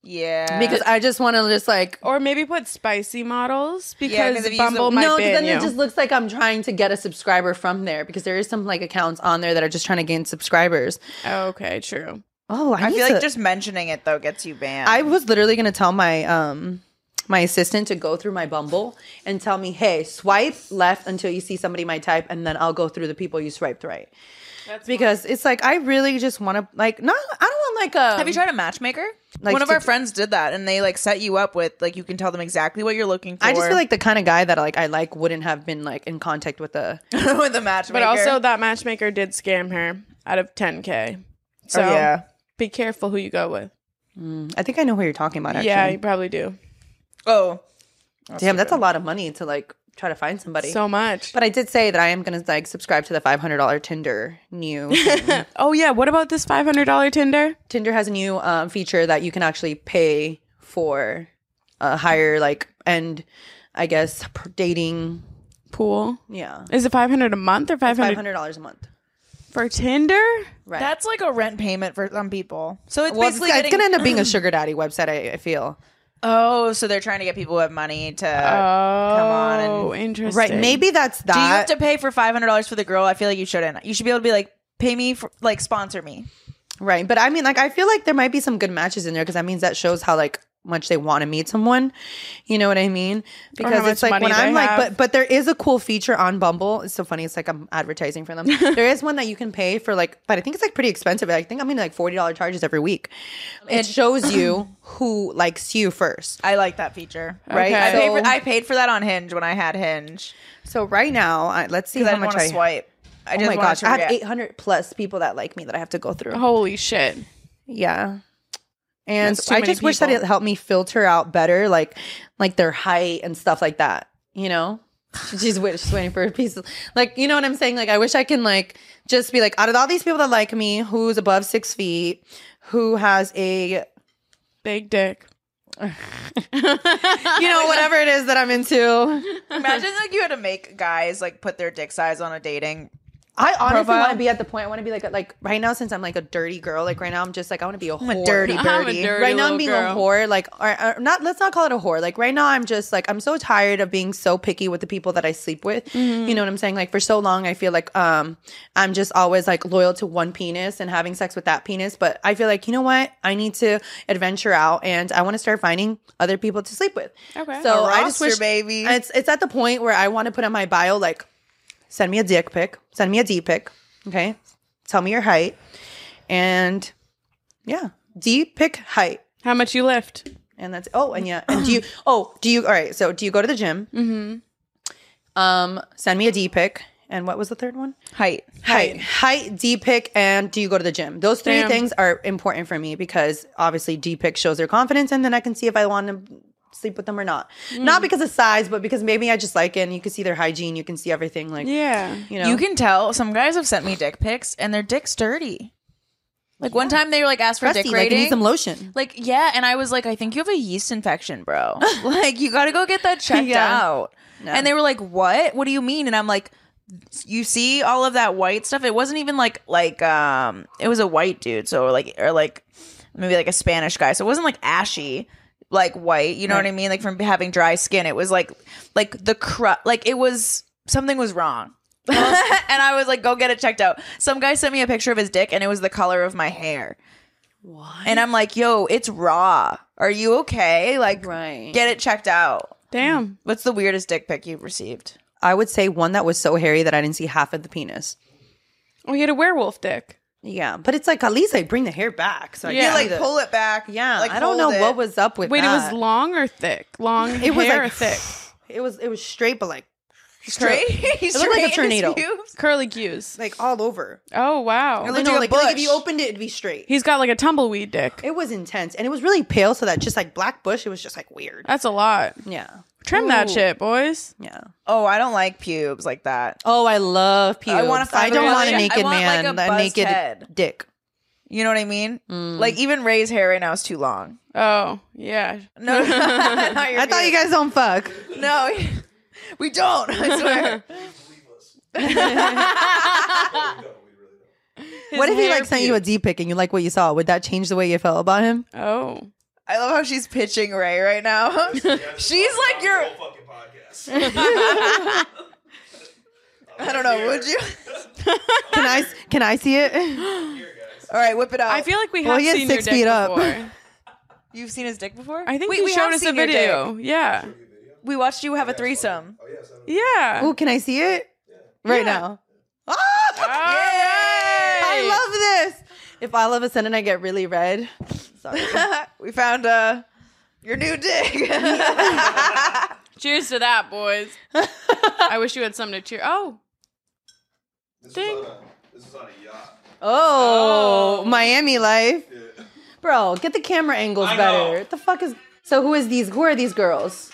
Speaker 3: Yeah,
Speaker 5: because I just want to just like
Speaker 4: Or maybe put spicy models
Speaker 3: Yeah, 'cause
Speaker 4: because
Speaker 3: if you use
Speaker 4: Bumble
Speaker 3: the-
Speaker 4: might
Speaker 5: no, 'cause
Speaker 4: ban
Speaker 5: then
Speaker 4: you.
Speaker 5: it just looks like I'm trying to get a subscriber from there because there is some like accounts on there that are just trying to gain subscribers.
Speaker 4: okay, true.
Speaker 5: Oh, I,
Speaker 3: I
Speaker 5: need
Speaker 3: feel
Speaker 5: to-
Speaker 3: like just mentioning it though gets you banned.
Speaker 5: I was literally gonna tell my um my assistant to go through my Bumble and tell me, hey, swipe left until you see somebody my type, and then I'll go through the people you swiped right. That's because it's like I really just want to like not. I don't want like um, a.
Speaker 3: Have you tried a matchmaker?
Speaker 5: Like
Speaker 3: One of
Speaker 5: to-
Speaker 3: our friends did that, and they like set you up with like you can tell them exactly what you're looking for.
Speaker 5: I just feel like the kind of guy that like I like wouldn't have been like in contact with a.
Speaker 3: with the matchmaker,
Speaker 4: But
Speaker 5: Oh,
Speaker 4: also, that matchmaker did scam her out of 10K. So
Speaker 5: Oh,
Speaker 3: yeah.
Speaker 4: be careful who you go with.
Speaker 5: I think I know who you're talking about. Actually.
Speaker 4: Yeah, you probably do.
Speaker 3: oh,
Speaker 5: damn, that's a lot of money to like try to find somebody.
Speaker 4: So much.
Speaker 5: but I did say that I am gonna like subscribe to the five hundred dollar Tinder new.
Speaker 4: oh, yeah. What about this $500 Tinder?
Speaker 5: Tinder has a new um, feature that you can actually pay for a higher like and I guess per- dating.
Speaker 4: Pool.
Speaker 5: Yeah,
Speaker 4: Is it 500 a month or 500,
Speaker 5: five hundred dollars a month.
Speaker 4: for Tinder?
Speaker 5: Right.
Speaker 3: that's like a rent payment for some people. So it's
Speaker 5: well, it's,
Speaker 3: basically
Speaker 5: it's
Speaker 3: getting-
Speaker 5: gonna end up being a sugar daddy website. I, I feel
Speaker 3: Oh, so they're trying to get people who have money to come on and
Speaker 4: Oh, interesting.
Speaker 5: right. Maybe that's that.
Speaker 3: Do you have to pay for five hundred dollars for the girl? I feel like you shouldn't. You should be able to be like, pay me for like sponsor me.
Speaker 5: Right. But I mean, like, I feel like there might be some good matches in there because that means that shows how, like, much they want to meet someone. You know what I mean? Because
Speaker 4: much
Speaker 5: it's like
Speaker 4: money
Speaker 5: when
Speaker 4: they
Speaker 5: I'm like,
Speaker 4: have.
Speaker 5: but but there is a cool feature on Bumble. It's so funny. It's like I'm advertising for them. there is one that you can pay for, like, but I think it's like pretty expensive. I think I'm in like forty dollar charges every week. It shows you who likes you first.
Speaker 3: I like that feature. Right?
Speaker 4: Okay.
Speaker 3: I, paid for,
Speaker 5: So-
Speaker 3: I paid for that on Hinge when I had Hinge
Speaker 5: So right now, I, let's see
Speaker 3: because I
Speaker 5: how
Speaker 3: didn't
Speaker 5: much
Speaker 3: want
Speaker 5: I
Speaker 3: to swipe. I
Speaker 5: Oh
Speaker 3: just
Speaker 5: my
Speaker 3: wanted
Speaker 5: gosh,
Speaker 3: to
Speaker 5: I have
Speaker 3: react.
Speaker 5: eight hundred plus people that like me that I have to go through.
Speaker 4: Holy shit.
Speaker 5: Yeah. And
Speaker 4: That's too
Speaker 5: I
Speaker 4: many
Speaker 5: just wish that
Speaker 4: people.
Speaker 5: it helped me filter out better, like like their height and stuff like that. You know, she's wait- she's waiting for a piece. Of, like you know what I'm saying? Like I wish I can like just be like out of all these people that like me, who's above six feet, who has a
Speaker 4: Big dick.
Speaker 5: you know whatever it is that I'm into.
Speaker 3: Imagine like you had to make guys like put their dick size on a dating.
Speaker 5: I honestly
Speaker 3: Profile?
Speaker 5: want to be at the point. I want to be like a- like right now since I'm like a dirty girl. Like right now I'm just like I want to be a whore.
Speaker 3: I'm a dirty
Speaker 4: I'm a
Speaker 3: birdie.
Speaker 4: dirty-
Speaker 5: right now
Speaker 4: little
Speaker 5: I'm being
Speaker 4: girl.
Speaker 5: a whore. Like, or, or not. Let's not call it a whore. Like right now, I'm just like I'm so tired of being so picky with the people that I sleep with.
Speaker 4: Mm-hmm.
Speaker 5: You know what I'm saying? Like for so long, I feel like um I'm just always like loyal to one penis and having sex with that penis. But I feel like you know what? I need to adventure out and I want to start finding other people to sleep with.
Speaker 4: Okay. Oh,
Speaker 5: So
Speaker 3: A
Speaker 5: Oh, I just
Speaker 3: roster,
Speaker 5: wish
Speaker 3: baby.
Speaker 5: It's it's at the point where I want to put on my bio like, send me a dick pic, send me a D pic, okay? Tell me your height, and yeah, D pic height.
Speaker 4: How much you lift?
Speaker 5: And that's oh, and yeah. And do you oh do you all right? So do you go to the gym? Mm-hmm. Um, send me a D pic, And what was the third one?
Speaker 3: Height.
Speaker 5: Height, height, D pick, and do you go to the gym? Those three
Speaker 4: Damn.
Speaker 5: things are important for me because obviously D pick shows their confidence, and then I can see if I want to sleep with them or not.
Speaker 4: Mm.
Speaker 5: Not because of size, but because maybe I just like it. and You can see their hygiene, you can see everything. Like
Speaker 4: Yeah.
Speaker 5: you know,
Speaker 3: You can tell some guys have sent me dick pics and their dick's dirty. Like one time they were like asked for
Speaker 5: Crusty,
Speaker 3: dick
Speaker 5: like, you
Speaker 3: rating.
Speaker 5: need some lotion.
Speaker 3: Like, yeah, and I was like, I think you have a yeast infection, bro. like, you got to go get that checked
Speaker 5: Yeah.
Speaker 3: out. And they were like, "What? What do you mean?" And I'm like, "You see all of that white stuff? It wasn't even like like um, it was a white dude, so like or like maybe like a Spanish guy, so it wasn't like ashy." like white you know what i mean like from having dry skin it was like like the cru- like it was something was wrong and i was like go get it checked out some guy sent me a picture of his dick and it was the color of my hair and I'm like, yo, it's raw. Are you okay? Like,
Speaker 5: Right.
Speaker 3: get it checked out.
Speaker 4: Damn.
Speaker 3: What's the weirdest dick pic you've received?
Speaker 5: I would say one that was so hairy that I didn't see half of the penis.
Speaker 4: Oh, you had a werewolf dick.
Speaker 5: Yeah, but it's like at least I bring the hair back. So I
Speaker 4: Yeah.
Speaker 5: can see
Speaker 4: You,
Speaker 5: the-
Speaker 3: it back.
Speaker 5: Yeah, I don't know what was up with.
Speaker 4: Wait, it was
Speaker 5: that.
Speaker 4: long or thick? Long it
Speaker 5: Uh, was
Speaker 4: hair
Speaker 5: like-
Speaker 4: or thick?
Speaker 5: It was it was straight, but like
Speaker 3: straight. it
Speaker 5: looked like a tornado.
Speaker 4: Curly cues.
Speaker 5: like all over.
Speaker 4: Oh wow.
Speaker 5: Like,
Speaker 3: looked like a
Speaker 5: like, like if
Speaker 3: bush.
Speaker 5: you opened it, it'd be straight.
Speaker 4: He's got like a tumbleweed dick.
Speaker 5: It was intense, and it was really pale, so that just like black bush, it was just like weird.
Speaker 4: That's a lot.
Speaker 5: Yeah,
Speaker 4: Trim that shit, boys.
Speaker 5: yeah.
Speaker 3: Oh, I don't like pubes like that.
Speaker 5: Oh, I love pubes. I,
Speaker 3: want a
Speaker 5: I don't
Speaker 3: five-year-old
Speaker 5: want a
Speaker 3: man.
Speaker 5: naked
Speaker 3: I want, like,
Speaker 5: man,
Speaker 3: a
Speaker 5: a,
Speaker 3: buzzed
Speaker 5: naked
Speaker 3: head.
Speaker 5: dick.
Speaker 3: You know what I mean?
Speaker 5: Mm.
Speaker 3: Like even Ray's hair right now is too long.
Speaker 4: Oh yeah.
Speaker 3: No,
Speaker 5: I thought you guys don't fuck.
Speaker 3: no, we don't. I swear.
Speaker 5: what if he
Speaker 4: hair
Speaker 5: like sent you a D pic and you like what you saw? Would that change the way you felt about him?
Speaker 4: Oh.
Speaker 3: I love how she's pitching Ray right now. she's like your.
Speaker 6: Whole fucking podcast.
Speaker 3: I don't know. Would you?
Speaker 5: Can I can I see it?
Speaker 3: All right, whip it out.
Speaker 4: I feel like we have
Speaker 5: Well, he had
Speaker 4: seen
Speaker 5: six
Speaker 4: your dick
Speaker 5: feet up.
Speaker 4: before.
Speaker 3: You've seen his dick before.
Speaker 4: I think
Speaker 3: we,
Speaker 4: you
Speaker 3: we
Speaker 4: showed
Speaker 3: have
Speaker 4: us a
Speaker 3: seen your dick.
Speaker 4: video. Yeah.
Speaker 3: We watched you have a threesome.
Speaker 6: oh, yes. I know.
Speaker 4: Yeah.
Speaker 5: Oh, can I see it? Right now. Ah!
Speaker 4: Alright.
Speaker 5: I love this. If all of a sudden I get really red, sorry.
Speaker 3: we found uh your new dick.
Speaker 4: Cheers to that, boys. I wish you had something to cheer. Oh,
Speaker 6: This,
Speaker 4: Ding.
Speaker 6: Was on a, this was on a yacht.
Speaker 5: Oh, Miami life. Bro, get the camera angles
Speaker 6: I know.
Speaker 5: better. What the fuck is So who is these who are these girls?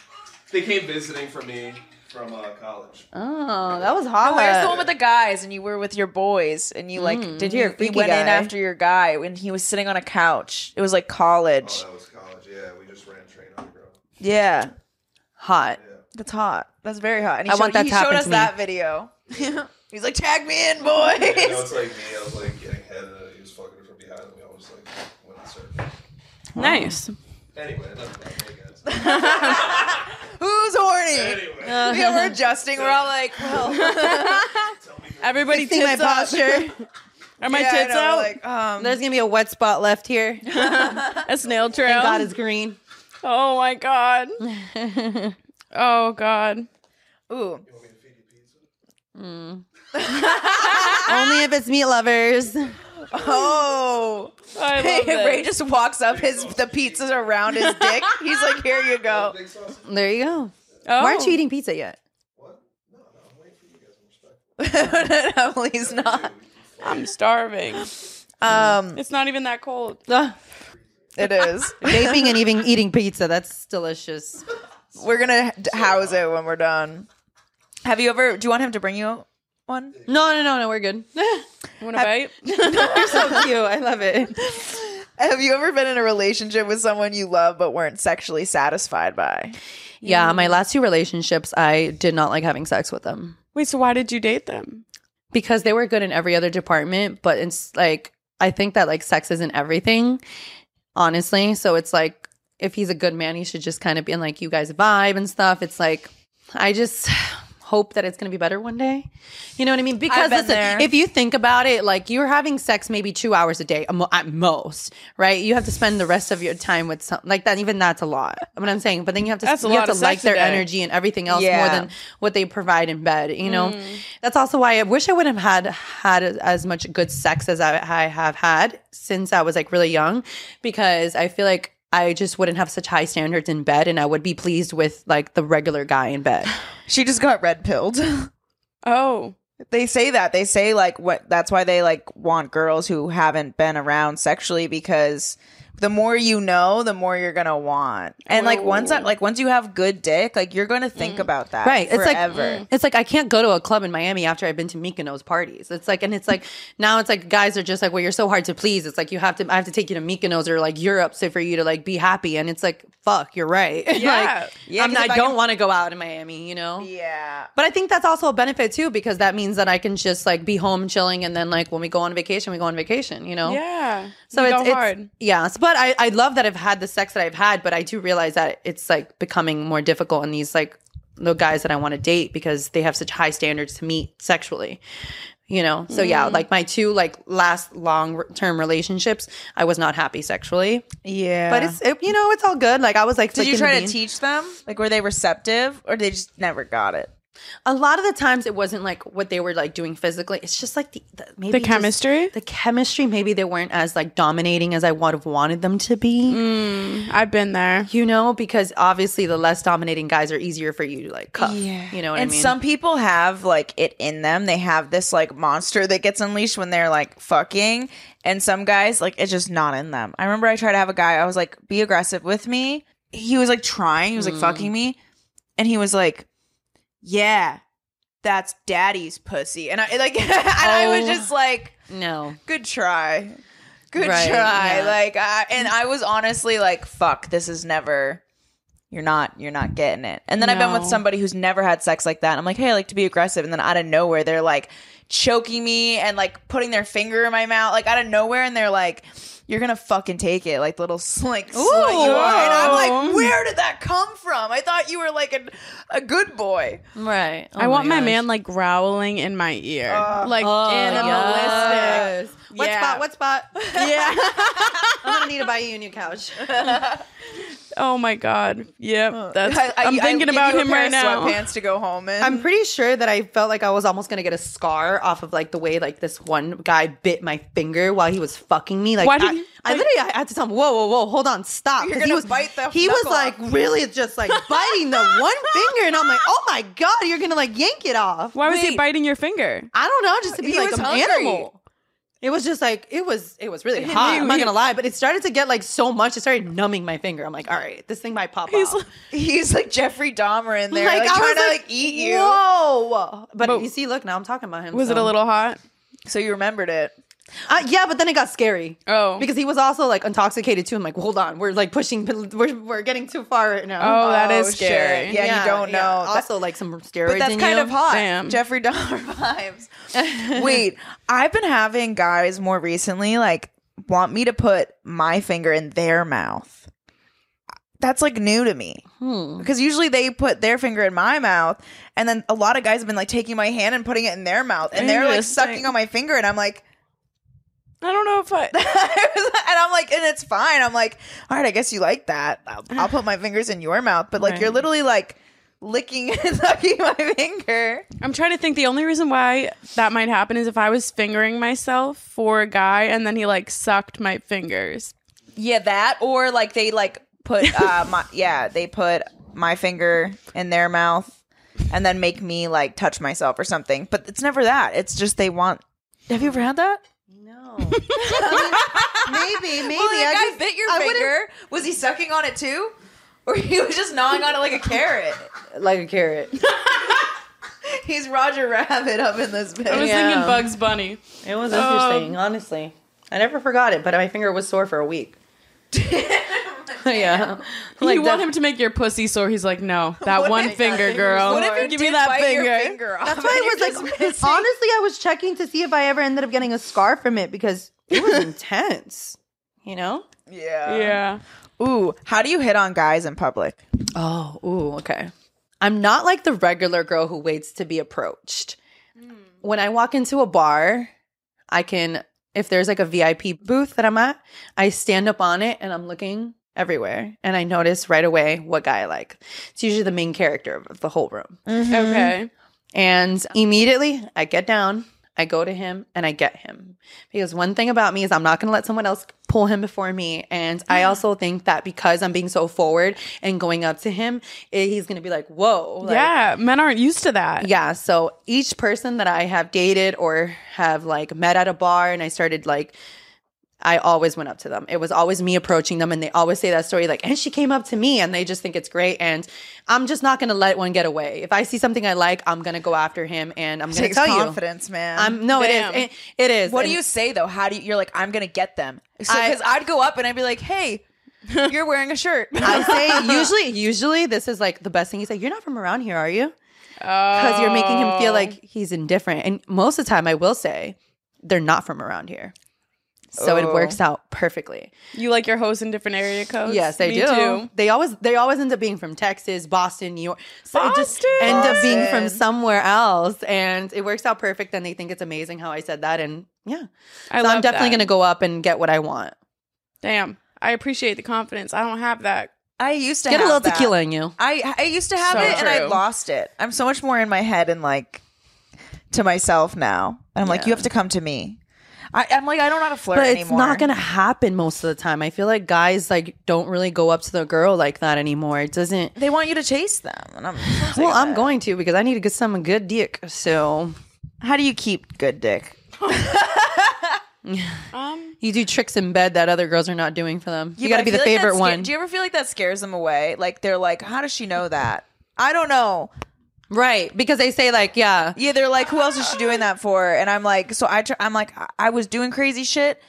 Speaker 6: They came visiting for me from uh, college.
Speaker 5: Oh, that was hot.
Speaker 3: Where's the one with the guys and you were with your boys and you like did
Speaker 5: you're a
Speaker 3: you, you
Speaker 5: freaky
Speaker 3: went in
Speaker 5: guy.
Speaker 3: after your guy when he was sitting on a couch. It was like college.
Speaker 6: Oh, that was college. Yeah, we just ran train on the girl.
Speaker 3: Yeah.
Speaker 5: hot?
Speaker 3: That's hot. That's very hot. And he
Speaker 5: I
Speaker 3: showed,
Speaker 5: want that
Speaker 3: he
Speaker 5: to happen
Speaker 3: showed
Speaker 5: to
Speaker 3: us
Speaker 5: me.
Speaker 3: that video. He's like, tag me in, boys.
Speaker 6: You know, it's like me. I was like getting head, and he was fucking her from behind, and we all just like went and surfed.
Speaker 4: nice.
Speaker 6: Anyway, enough about me, guys.
Speaker 3: Who's horny?
Speaker 6: Anyway,
Speaker 3: yeah, we're adjusting. We're all like, well,
Speaker 4: Everybody
Speaker 5: See my
Speaker 4: tits up.
Speaker 5: posture.
Speaker 4: Are my
Speaker 3: yeah, I
Speaker 4: tits
Speaker 3: know,
Speaker 4: out?
Speaker 3: Like, um,
Speaker 5: There's gonna be a wet spot left here.
Speaker 4: a snail trail.
Speaker 5: God is green.
Speaker 4: oh my god. oh god.
Speaker 3: ooh.
Speaker 5: Only if it's meat lovers.
Speaker 3: Oh.
Speaker 4: I love
Speaker 3: Ray
Speaker 4: this.
Speaker 3: just walks up his the pizzas around his dick. He's like, here you go.
Speaker 6: big sausage.
Speaker 5: There you go.
Speaker 4: Oh.
Speaker 5: Why aren't you eating pizza yet?
Speaker 6: What? No, no, I'm waiting for you guys. I'm respectful.
Speaker 3: no, he's not.
Speaker 4: I'm starving.
Speaker 3: Um,
Speaker 4: It's not even that cold.
Speaker 5: Ugh.
Speaker 3: it is.
Speaker 5: Vaping and even eating pizza. That's delicious.
Speaker 3: We're gonna d- house it when we're done. Have you ever? Do you want him to bring you one?
Speaker 5: No, no, no, no, we're good.
Speaker 4: Want to bite?
Speaker 5: You're so cute. I love it.
Speaker 3: Have you ever been in a relationship with someone you love but weren't sexually satisfied by?
Speaker 5: Yeah, my last two relationships, I did not like having sex with them
Speaker 4: Wait. So why did you date them?
Speaker 5: because they were good in every other department. But it's like, I think that like sex isn't everything, honestly. So it's like, if he's a good man, he should just kind of be in like you guys vibe and stuff. It's like, I just hope that it's going to be better one day. You know what I mean? Because
Speaker 3: been
Speaker 5: listen,
Speaker 3: there.
Speaker 5: if you think about it, like you're having sex maybe two hours a day at mo- at most, right? You have to spend the rest of your time with some like that. Even that's a lot. What I'm saying, but then you have to
Speaker 4: That's a
Speaker 5: you
Speaker 4: lot
Speaker 5: have to
Speaker 4: of
Speaker 5: like
Speaker 4: sex a
Speaker 5: their
Speaker 4: day.
Speaker 5: energy and everything else more
Speaker 3: Yeah.
Speaker 5: than what they provide in bed. You know, that's also why I wish I would have had had as much good sex as I, I have had since I was like really young, because I feel like. I just wouldn't have such high standards in bed, and I would be pleased with like the regular guy in bed.
Speaker 3: She just got red pilled.
Speaker 4: Oh.
Speaker 3: They say that. They say like what that's why they like want girls who haven't been around sexually because the more you know, the more you're gonna want. And like once that like once you have good dick, like you're gonna think about that.
Speaker 5: Right. It's
Speaker 3: Forever.
Speaker 5: like it's like I can't go to a club in Miami after I've been to Mykonos parties. It's like and it's like now it's like guys are just like, well, you're so hard to please. It's like you have to I have to take you to Mykonos or like Europe so for you to like be happy. And it's like, fuck, you're right.
Speaker 4: Yeah.
Speaker 5: like
Speaker 3: Yeah,
Speaker 5: I'm
Speaker 3: 'cause
Speaker 5: not,
Speaker 3: if I
Speaker 5: I don't
Speaker 3: can-
Speaker 5: want to go out in Miami, you know?
Speaker 3: yeah.
Speaker 5: But I think that's also a benefit too, because that means that I can just like be home chilling and then like when we go on vacation, we go on vacation, you
Speaker 4: Oh.
Speaker 5: know?
Speaker 4: Yeah.
Speaker 5: So
Speaker 4: You
Speaker 5: it's,
Speaker 4: go
Speaker 5: it's-
Speaker 4: hard.
Speaker 5: yes, but I, I love that I've had the sex that I've had, but I do realize that it's like becoming more difficult in these like the guys that I want to date because they have such high standards to meet sexually. You know, so yeah, like my two like last long term relationships, I was not happy sexually,
Speaker 3: Yeah.
Speaker 5: but it's it, you know it's all good. Like I was like,
Speaker 3: Did you
Speaker 5: flicking
Speaker 3: try
Speaker 5: the bean.
Speaker 3: to teach them? Like were they receptive or they just never got it?
Speaker 5: A lot of the times, it wasn't like what they were like doing physically. It's just like the, the maybe
Speaker 4: The
Speaker 5: just-
Speaker 4: chemistry?
Speaker 5: the chemistry. Maybe they weren't as like dominating as I would have wanted them to be.
Speaker 4: I've been there.
Speaker 5: You know, because obviously the less dominating guys are easier for you to like cuff. You know what
Speaker 3: and
Speaker 5: I mean?
Speaker 3: some people have like it in them. They have this like monster that gets unleashed when they're like fucking. And some guys like it's just not in them. I remember I tried to have a guy. I was like, be aggressive with me. He was like trying. He was like
Speaker 5: Mm.
Speaker 3: fucking me, and he was like, yeah, that's daddy's pussy. And I like, and I was
Speaker 5: Oh.
Speaker 3: just like,
Speaker 5: no.
Speaker 3: good try, good
Speaker 5: Right,
Speaker 3: try.
Speaker 5: yeah.
Speaker 3: Like, I, and I was honestly like, fuck, this is never. You're not, you're not getting it. And then I've been with
Speaker 4: No.
Speaker 3: somebody who's never had sex like that. and I'm like, hey, I like to be aggressive. And then out of nowhere, they're like choking me and like putting their finger in my mouth, like out of nowhere, and they're like, you're gonna fucking take it, like little sl- like slut you are. And I'm like, where did that come from? I thought you were like an, a good boy.
Speaker 5: Right.
Speaker 3: Oh
Speaker 4: I want my man like growling in my ear, like animalistic.
Speaker 5: What
Speaker 4: Yeah.
Speaker 5: spot? What spot?
Speaker 4: Yeah.
Speaker 5: I'm gonna need to buy you a new couch.
Speaker 4: oh my god. Yep. That's. I,
Speaker 3: Uh, I, I,
Speaker 4: am
Speaker 3: I
Speaker 4: thinking
Speaker 3: give
Speaker 4: about
Speaker 3: you a
Speaker 4: him
Speaker 3: pair
Speaker 4: right
Speaker 3: of
Speaker 4: now.
Speaker 3: Sweatpants to go home in.
Speaker 5: I'm pretty sure that I felt like I was almost gonna get a scar off of like the way like this one guy bit my finger while he was fucking me. Like,
Speaker 4: Why
Speaker 5: I-
Speaker 4: didn't you-
Speaker 5: I, literally I had to tell him, whoa, whoa, whoa, hold on, stop.
Speaker 3: You're
Speaker 5: 'Cause
Speaker 3: gonna
Speaker 5: he was,
Speaker 3: bite the
Speaker 5: He was
Speaker 3: knuckle
Speaker 5: like
Speaker 3: off.
Speaker 5: really just like biting the one finger, and I'm like, oh my god, you're gonna like yank it off.
Speaker 4: Why was he
Speaker 5: Wait.
Speaker 4: biting your finger?
Speaker 5: I don't know, just to be
Speaker 3: He
Speaker 5: like
Speaker 3: was
Speaker 5: an
Speaker 3: hungry.
Speaker 5: animal. It was just like it was. It was really hot. I'm not gonna lie, but it started to get like so much. It started numbing my finger. I'm like, all right, this thing might pop off.
Speaker 3: He's like Jeffrey Dahmer in there,
Speaker 5: Like,
Speaker 3: like,
Speaker 5: I
Speaker 3: trying
Speaker 5: was
Speaker 3: to
Speaker 5: like,
Speaker 3: like eat you.
Speaker 5: Whoa! But,
Speaker 4: But-
Speaker 5: you see, look now I'm talking about him.
Speaker 4: Was it a
Speaker 5: so-
Speaker 4: little hot?
Speaker 3: So you remembered it.
Speaker 5: Uh, yeah, but then it got scary.
Speaker 4: Oh.
Speaker 5: because he was also like intoxicated too. I'm like, hold on, we're like pushing. We're we're getting too far right now. Uh,
Speaker 4: Oh, that is
Speaker 3: shit.
Speaker 4: scary.
Speaker 3: Yeah, you don't know. That-
Speaker 5: Also, like some steroids.
Speaker 3: but that's
Speaker 5: in
Speaker 3: kind
Speaker 5: you.
Speaker 3: of hot.
Speaker 4: Damn.
Speaker 3: Jeffrey Dahmer vibes. Wait, I've been having guys more recently like want me to put my finger in their mouth. That's like new to me because usually they put their finger in my mouth, and then a lot of guys have been like taking my hand and putting it in their mouth, and they're like
Speaker 4: Interesting.
Speaker 3: sucking on my finger, and I'm like,
Speaker 4: I don't know if I.
Speaker 3: and I'm like, and it's fine. I'm like, all right, I guess you like that. I'll, I'll put my fingers in your mouth, but like, you're
Speaker 4: Right.
Speaker 3: literally like licking and sucking my finger.
Speaker 4: I'm trying to think. The only reason why that might happen is if I was fingering myself for a guy and then he like sucked my fingers.
Speaker 3: Yeah, that or like they like put uh my yeah they put my finger in their mouth and then make me like touch myself or something. But it's never that. It's just they want. Have you ever had that?
Speaker 5: No. I mean, maybe, maybe. I just- I wouldn't-
Speaker 3: Was he sucking on it too, or he was just gnawing on it like a carrot?
Speaker 5: like a carrot.
Speaker 3: He's Roger Rabbit up in this bitch.
Speaker 4: I was
Speaker 5: Yeah.
Speaker 4: thinking Bugs Bunny.
Speaker 5: It was interesting, honestly. I never forgot it, but my finger was sore for a week. yeah. Like
Speaker 4: you want
Speaker 5: the-
Speaker 4: him to make your pussy sore? He's like, no, that one finger,
Speaker 5: fingers
Speaker 4: girl.
Speaker 5: sore?
Speaker 4: Give me that finger.
Speaker 5: That's why I was like, honestly, I was checking to see if I ever ended up getting a scar from it because it was intense. You know?
Speaker 3: yeah.
Speaker 4: Yeah.
Speaker 3: Ooh, how do you hit on guys in public?
Speaker 5: Oh, ooh, okay. I'm not like the regular girl who waits to be approached. When I walk into a bar, I can, if there's like a VIP booth that I'm at, I stand up on it and I'm looking everywhere and I notice right away what guy I like. It's usually Mm-hmm. the main character of the whole room.
Speaker 4: Okay.
Speaker 5: And immediately I get down, I go to him and I get him. Because one thing about me is I'm not going to let someone else pull him before me. And I also think that because I'm being so forward and going up to him, eh, he's going to be like, whoa. like,
Speaker 4: yeah, men aren't used to that.
Speaker 5: yeah so each person that i have dated or have like met at a bar and i started like i always went up to them it was always me approaching them and they always say that story like and she came up to me and they just think it's great and i'm just not gonna let one get away if i see something i like i'm gonna go after him and i'm gonna
Speaker 3: takes
Speaker 5: tell
Speaker 3: confidence, man.
Speaker 5: you i'm no
Speaker 4: Damn.
Speaker 5: it is it, it is
Speaker 3: what do
Speaker 5: And-
Speaker 3: you say though? How do you, you're like? I'm gonna get them.
Speaker 5: I-
Speaker 3: Because I'd go up and I'd be like, "Hey, you're wearing a shirt."
Speaker 5: I say usually, usually this is like the best thing. He's like, "You're not from around here, are you?" Because you're making him feel like he's indifferent. And most of the time, I will say they're not from around here, so it
Speaker 3: Oh.
Speaker 5: works out perfectly.
Speaker 4: You like your hosts in different area codes?
Speaker 5: yes, they
Speaker 4: Me
Speaker 5: do.
Speaker 4: too.
Speaker 5: They always they always end up being from Texas, Boston, New York. So it just
Speaker 4: Boston!
Speaker 5: end up being from
Speaker 3: Boston.
Speaker 5: somewhere else, and it works out perfect. And they think it's amazing how I said that. And yeah,
Speaker 4: I
Speaker 5: so
Speaker 4: love
Speaker 5: I'm definitely
Speaker 4: that.
Speaker 5: gonna go up and get what I want.
Speaker 4: Damn, I appreciate the confidence. I don't have that.
Speaker 3: I used to
Speaker 5: Get a
Speaker 3: have
Speaker 5: little
Speaker 3: that.
Speaker 5: tequila in you.
Speaker 3: I I used to have
Speaker 4: So
Speaker 3: it and I
Speaker 4: true.
Speaker 3: lost it. I'm so much more in my head and like to myself now. And I'm like, you have to come to me. I, I'm like, I don't know how to flirt
Speaker 5: but it's
Speaker 3: anymore.
Speaker 5: not gonna happen most of the time. I feel like guys like don't really go up to the girl like that anymore. It doesn't.
Speaker 3: They want you to chase them, and I'm.
Speaker 5: Well, I'm going to because I need to get some good dick. So
Speaker 3: How do you keep good dick?
Speaker 4: Um,
Speaker 5: you do tricks in bed that other girls are not doing for them. you
Speaker 3: Yeah,
Speaker 5: got
Speaker 3: but
Speaker 5: to be the
Speaker 3: I feel like that
Speaker 5: favorite
Speaker 3: sca-
Speaker 5: one,
Speaker 3: Do you ever feel like that scares them away? Like they're like, how does she know that? I don't know.
Speaker 5: right? Because they say like, yeah,
Speaker 3: Yeah, they're like, who else is she doing that for? And I'm like, so I, tr- I'm like, I-, I was doing crazy shit,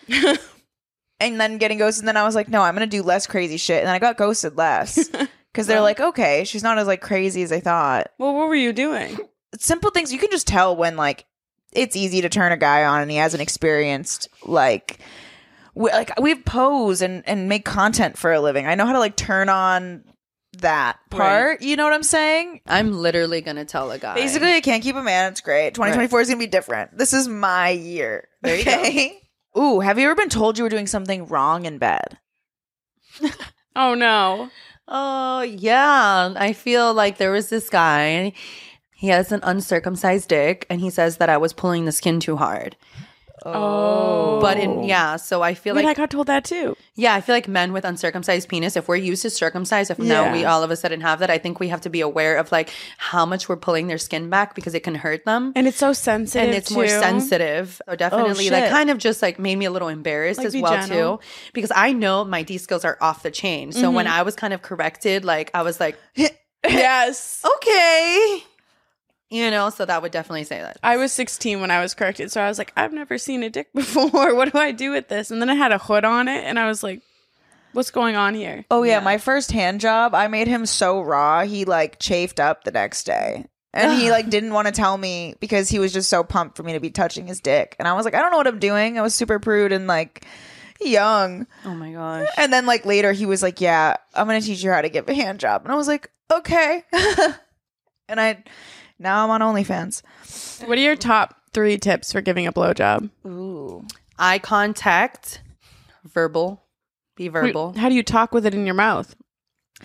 Speaker 3: and then getting ghosted. And then I was like, no, I'm gonna do less crazy shit. And then I got ghosted less because they're like, okay, she's not as like crazy as I thought.
Speaker 4: well, what were you doing?
Speaker 3: Simple things you can just tell when like it's easy to turn a guy on, and he hasn't experienced like. We, like we pose and and make content for a living. I know how to like turn on that part. You know what I'm saying?
Speaker 5: I'm literally gonna tell a guy.
Speaker 3: Basically, I can't keep a man. It's great. 2024 is going to be different. This is my year.
Speaker 5: There you go.
Speaker 3: go. Ooh, have you ever been told you were doing something wrong in bed?
Speaker 4: Oh no.
Speaker 5: Oh yeah, I feel like there was this guy. He has an uncircumcised dick, and he says that I was pulling the skin too hard.
Speaker 4: Oh,
Speaker 5: But in yeah, so I feel
Speaker 4: Wait,
Speaker 5: like
Speaker 4: I got told that too.
Speaker 5: Yeah, I feel like men with uncircumcised penis, if we're used to circumcised, if now
Speaker 4: Yeah.
Speaker 5: we all of a sudden have that, I think we have to be aware of like how much we're pulling their skin back because it can hurt them.
Speaker 4: And it's so sensitive.
Speaker 5: And it's more
Speaker 4: too.
Speaker 5: sensitive. So definitely, that
Speaker 3: shit.
Speaker 5: kind of just like made me a little embarrassed
Speaker 4: Like,
Speaker 5: as
Speaker 4: be
Speaker 5: well
Speaker 4: gentle. Mm-hmm.
Speaker 5: too, because I know my D skills are off the chain. So when I was kind of corrected, like I was like, Oh,
Speaker 4: Yes.
Speaker 5: okay, you know. So that would definitely say that.
Speaker 4: I was 16 when I was corrected, so I was like, I've never seen a dick before. What do I do with this? And then I had a hood on it, and I was like, What's going on here?
Speaker 3: Oh yeah, my first hand job. I made him so raw. He like chafed up the next day, and he like didn't want to tell me because he was just so pumped for me to be touching his dick. And I was like, I don't know what I'm doing. I was super prude and like young.
Speaker 5: Oh my gosh.
Speaker 3: And then like later, he was like, Yeah, I'm gonna teach you how to give a hand job. And I was like, Okay. and I now I'm on OnlyFans.
Speaker 4: What are your top three tips for giving a blowjob?
Speaker 3: Ooh.
Speaker 5: Eye contact, verbal, be verbal.
Speaker 4: Wait, How do you talk with it in your mouth?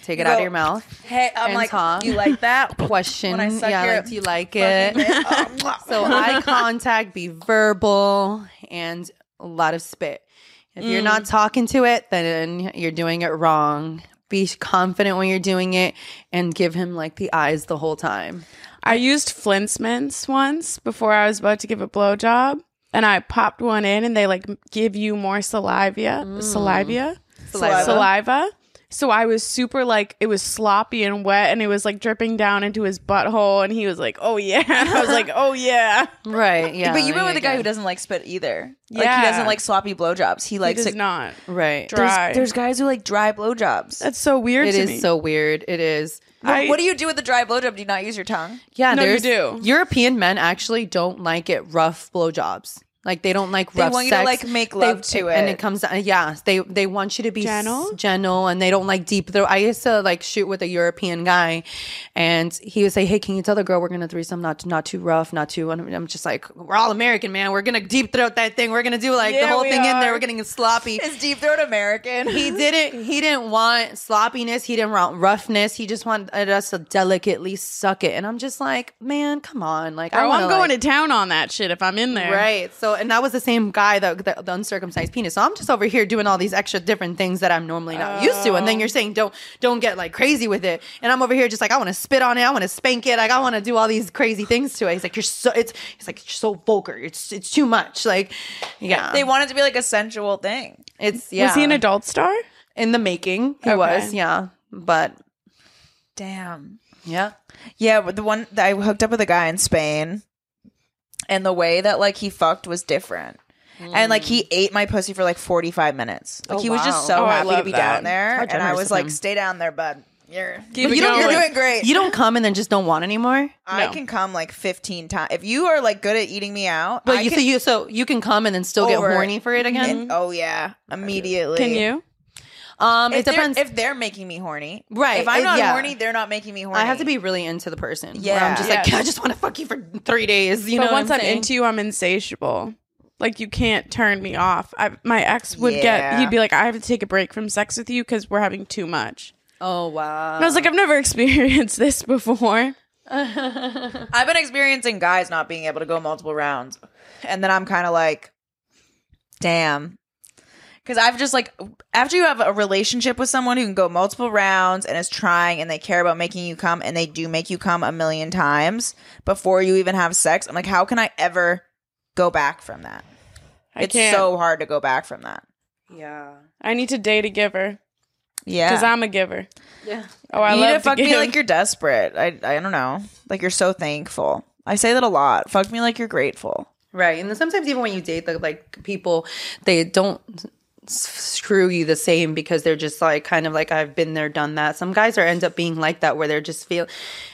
Speaker 5: Take it out of
Speaker 3: Go.
Speaker 5: your mouth.
Speaker 3: Hey, I'm
Speaker 5: And
Speaker 3: like,
Speaker 5: talk.
Speaker 3: you like that?
Speaker 5: question.
Speaker 3: When I suck
Speaker 5: yeah,
Speaker 3: your
Speaker 5: like, do you like it? so eye contact, be verbal, and a lot of spit. If you're not talking to it, then you're doing it wrong. Be confident when you're doing it, and give him like the eyes the whole time.
Speaker 4: I used Flint's mints once before I was about to give a blowjob, and I popped one in, and they like give you more saliva, saliva,
Speaker 5: Mm. Saliva.
Speaker 4: saliva. So I was super like it was sloppy and wet, and it was like dripping down into his butthole, and he was like, "Oh yeah," and I was like, "Oh yeah."
Speaker 5: Right? Yeah.
Speaker 3: but you've
Speaker 5: there
Speaker 3: been with a guy
Speaker 5: go.
Speaker 3: who doesn't like spit either. Like he
Speaker 4: Yeah.
Speaker 3: doesn't like sloppy blowjobs. He
Speaker 4: He
Speaker 3: likes
Speaker 4: does
Speaker 3: it.
Speaker 4: not
Speaker 5: Right.
Speaker 4: dry.
Speaker 3: There's, there's guys who like dry blowjobs.
Speaker 4: That's so weird.
Speaker 5: It
Speaker 4: to
Speaker 5: is
Speaker 4: me.
Speaker 5: so weird. It is.
Speaker 4: I-
Speaker 3: what do you do with the dry blowjob? Do you not use your tongue?
Speaker 5: Yeah,
Speaker 4: No, you
Speaker 5: there's
Speaker 4: do.
Speaker 5: European men actually don't like it rough blowjobs. Like they don't like
Speaker 3: They
Speaker 5: rough
Speaker 3: want you to,
Speaker 5: sex.
Speaker 3: like, make
Speaker 5: They-
Speaker 3: love to
Speaker 5: and
Speaker 3: it.
Speaker 5: it comes down. Yeah, they they want you to be
Speaker 4: Gentle?
Speaker 5: s- gentle, and they don't like deep. Though I used to like shoot with a European guy, and he would say, "Hey, can you tell the girl we're gonna threesome, not not too rough, not too." And I'm just like, "We're all American, man. We're gonna deep throat that thing. We're gonna do like the
Speaker 3: Yeah,
Speaker 5: whole
Speaker 3: we
Speaker 5: thing in there.
Speaker 3: are.
Speaker 5: We're getting sloppy."
Speaker 3: Is deep throat American?
Speaker 5: he didn't he didn't want sloppiness he didn't want roughness he just wanted us to delicately suck it and i'm just like man come on like I
Speaker 4: Bro,
Speaker 5: wanna,
Speaker 4: Oh, I'm going
Speaker 5: like-
Speaker 4: to town on that shit if I'm in there.
Speaker 5: right so and that was the same guy that the, the uncircumcised penis so i'm just over here doing all these extra different things that i'm normally not used to and then
Speaker 4: Oh.
Speaker 5: you're saying don't don't get like crazy with it and i'm over here just like i want to spit on it i want to spank it like i want to do all these crazy things to it he's like you're so it's it's like you're so vulgar it's it's too much like yeah
Speaker 3: they want it to be like a sensual thing.
Speaker 5: it's yeah
Speaker 4: Was he an adult star?
Speaker 5: in the making he was yeah but
Speaker 3: Damn.
Speaker 5: yeah
Speaker 3: Yeah, but the one that I hooked up with a guy in Spain, and the way that like he fucked was different. And like he ate my pussy for like forty five minutes. Like
Speaker 5: Oh,
Speaker 3: he was just
Speaker 5: wow.
Speaker 3: so
Speaker 4: Mm. Oh, I
Speaker 3: happy to
Speaker 4: love
Speaker 3: be
Speaker 4: that.
Speaker 3: down there,
Speaker 5: How
Speaker 3: and I
Speaker 5: generous
Speaker 3: was
Speaker 5: of
Speaker 3: like,
Speaker 5: him.
Speaker 3: "Stay down there, bud. You're
Speaker 4: it
Speaker 3: you don't,
Speaker 4: going.
Speaker 3: you're doing great.
Speaker 5: You don't come and then just don't want anymore.
Speaker 3: I
Speaker 4: No.
Speaker 3: can come like fifteen times if you are like good at eating me out.
Speaker 5: But
Speaker 3: I
Speaker 5: you
Speaker 3: can
Speaker 5: so you so you can come and then still get
Speaker 3: Over it.
Speaker 5: horny for it again.
Speaker 3: oh yeah, immediately.
Speaker 4: Can you?
Speaker 5: Um,
Speaker 3: If
Speaker 5: it
Speaker 3: they're-
Speaker 5: depends.
Speaker 3: if they're making me horny.
Speaker 5: Right,
Speaker 3: If I'm
Speaker 5: uh,
Speaker 3: not
Speaker 5: yeah.
Speaker 3: horny, they're not making me horny.
Speaker 5: I have to be really into the person. Yeah,
Speaker 3: Yeah.
Speaker 5: I'm just like
Speaker 4: Yes.
Speaker 5: I just want to fuck you for three days. You
Speaker 4: but
Speaker 5: know,
Speaker 4: once
Speaker 5: what
Speaker 4: I'm,
Speaker 5: I'm, saying?
Speaker 4: into you, I'm insatiable. Like you can't turn me off. I, my ex would get.
Speaker 3: Yeah.
Speaker 4: He'd be like, "I have to take a break from sex with you because we're having too much."
Speaker 5: Oh wow.
Speaker 4: And I was like,
Speaker 3: Uh-huh.
Speaker 4: "I've never experienced this before."
Speaker 3: I've been experiencing guys not being able to go multiple rounds, and then I'm kind of like, damn. Because I've just like, after you have a relationship with someone who can go multiple rounds and is trying and they care about making you come and they do make you come a million times before you even have sex, I'm like, how can I ever go back from that?
Speaker 4: I
Speaker 3: it's
Speaker 4: can't.
Speaker 3: so hard to go back from that.
Speaker 5: yeah.
Speaker 4: I need to date a giver
Speaker 3: Yeah.
Speaker 4: because I'm a giver.
Speaker 5: Yeah.
Speaker 4: Oh, I
Speaker 3: you need
Speaker 4: love
Speaker 3: to fuck
Speaker 4: give.
Speaker 3: me like you're desperate. I, I don't know. Like you're so thankful. I say that a lot. Fuck me like you're grateful.
Speaker 5: Right. And then sometimes even when you date the like people, they don't s- screw you the same because they're just like kind of like I've been there, done that. Some guys are end up being like that where they're just feel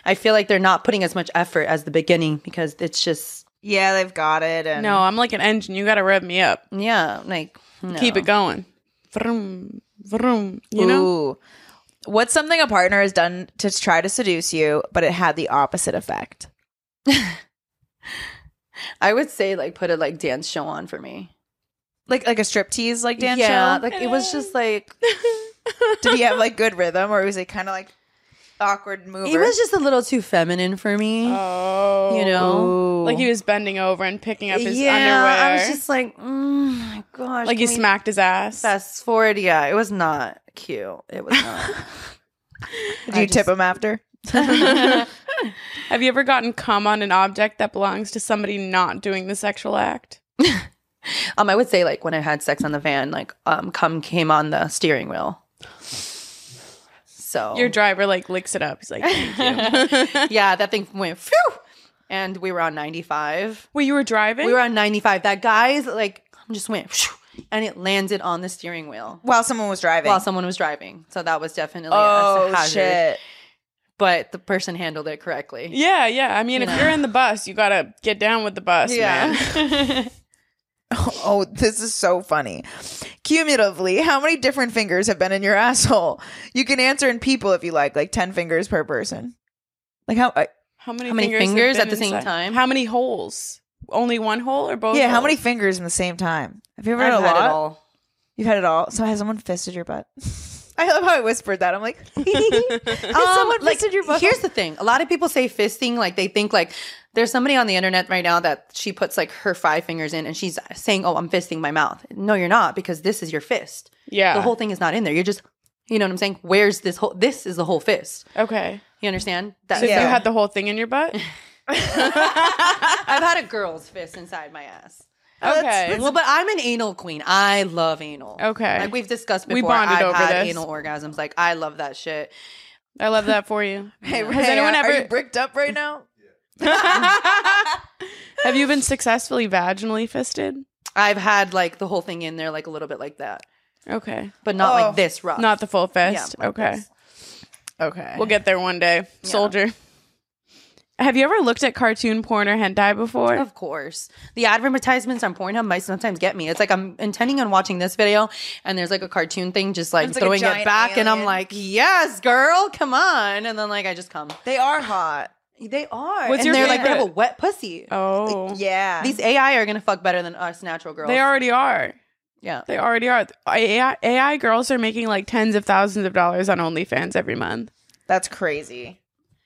Speaker 5: I feel like they're not putting as much effort as the beginning because it's just
Speaker 3: Yeah, they've got it. And
Speaker 4: no, I'm like an engine. You got to rev me up.
Speaker 5: yeah, like no.
Speaker 4: Keep it going. Vroom, vroom. You know.
Speaker 3: Ooh. What's something a partner has done to try to seduce you, but it had the opposite effect?
Speaker 5: I would say like put a like dance show on for me.
Speaker 3: Like like a striptease like dance
Speaker 5: yeah,
Speaker 3: show?
Speaker 5: like Eh. it was just like
Speaker 3: Did he have like good rhythm or was it kind of like awkward mover?
Speaker 5: it was just a little too feminine for me.
Speaker 4: Oh,
Speaker 5: you know.
Speaker 4: like he was bending over and picking up his
Speaker 5: yeah,
Speaker 4: underwear.
Speaker 5: I was just like, mm, my gosh.
Speaker 4: like he
Speaker 5: can we
Speaker 4: smacked his ass.
Speaker 5: Fast forward, yeah, it was not cute. It was not.
Speaker 3: Did you tip him after?
Speaker 4: Have you ever gotten cum on an object that belongs to somebody not doing the sexual act?
Speaker 5: um, I would say like when I had sex on the van, like um, cum came on the steering wheel. So
Speaker 4: Your driver like licks it up. He's like, "Thank you."
Speaker 5: yeah, that thing went phew, and we were on ninety five.
Speaker 4: Wait, you were driving?
Speaker 5: We were on ninety five. That guy's like just went phew, and it landed on the steering wheel
Speaker 3: While someone was driving.
Speaker 5: while someone was driving. So that was definitely a
Speaker 3: oh,
Speaker 5: hazard.
Speaker 3: shit.
Speaker 5: But the person handled it correctly.
Speaker 4: yeah, yeah. I mean, if
Speaker 5: Yeah.
Speaker 4: you're in the bus, you gotta get down with the bus, man.
Speaker 3: Oh, this is so funny. Cumulatively, how many different fingers have been in your asshole? You can answer in people if you like, like 10 fingers per person. Like how I-
Speaker 4: How many,
Speaker 5: How many
Speaker 4: fingers, have
Speaker 5: fingers
Speaker 4: been
Speaker 5: at the same
Speaker 4: inside?
Speaker 5: time?
Speaker 4: How many holes? Only one hole or both?
Speaker 3: Yeah, how
Speaker 4: holes?
Speaker 3: many fingers in the same time? Have you ever had
Speaker 5: I've
Speaker 3: a
Speaker 5: had
Speaker 3: lot?
Speaker 5: it all.
Speaker 3: You've had it all. So has someone fisted your butt? I love how I whispered that. I'm like, "Um, has someone
Speaker 5: Um, like,
Speaker 3: fisted your butt?
Speaker 5: Here's the thing: a lot of people say fisting, like they think like there's somebody on the internet right now that she puts like her five fingers in, and she's saying, "Oh, I'm fisting my mouth." No, you're not, because this is your fist.
Speaker 4: Yeah.
Speaker 5: The whole thing is not in there. You're just, you know what I'm saying? Where's this whole? This is the whole fist.
Speaker 4: Okay.
Speaker 5: You understand? That,
Speaker 4: So if
Speaker 3: Yeah.
Speaker 4: you had the whole thing in your butt?
Speaker 5: I've had a girl's fist inside my ass.
Speaker 4: Okay.
Speaker 5: Well, but I'm an anal queen. I love anal.
Speaker 4: Okay.
Speaker 5: Like we've discussed before.
Speaker 4: We bonded
Speaker 5: I've
Speaker 4: over
Speaker 5: had
Speaker 4: this.
Speaker 5: anal orgasms. Like I love that shit.
Speaker 4: I love that for you.
Speaker 3: Hey,
Speaker 4: Has anyone
Speaker 3: uh,
Speaker 4: ever
Speaker 3: are you bricked up right now?
Speaker 4: have you been successfully vaginally fisted?
Speaker 5: I've had like the whole thing in there, like a little bit like that.
Speaker 4: Okay.
Speaker 5: but not
Speaker 3: Oh.
Speaker 5: like this rough.
Speaker 4: Not the full fist.
Speaker 5: like
Speaker 4: okay.
Speaker 5: this.
Speaker 3: Okay.
Speaker 4: We'll get there one day, soldier. Have you ever looked at cartoon porn or hentai before?
Speaker 5: Of course. The advertisements on Pornhub might sometimes get me. It's like I'm intending on watching this video and there's like a cartoon thing just like
Speaker 3: It's like a
Speaker 5: throwing it
Speaker 3: giant
Speaker 5: back and I'm
Speaker 3: alien.
Speaker 5: like, "Yes, girl, come on." And then like I just come.
Speaker 3: They are hot.
Speaker 5: They are. and
Speaker 4: What's your
Speaker 5: they're like they have
Speaker 4: favorite-
Speaker 5: a wet pussy.
Speaker 4: oh,
Speaker 3: Yeah.
Speaker 5: These AI are going to fuck better than us natural girls.
Speaker 4: they already are.
Speaker 5: Yeah.
Speaker 4: They already are. AI, AI girls are making like tens of thousands of dollars on OnlyFans every month.
Speaker 3: That's crazy.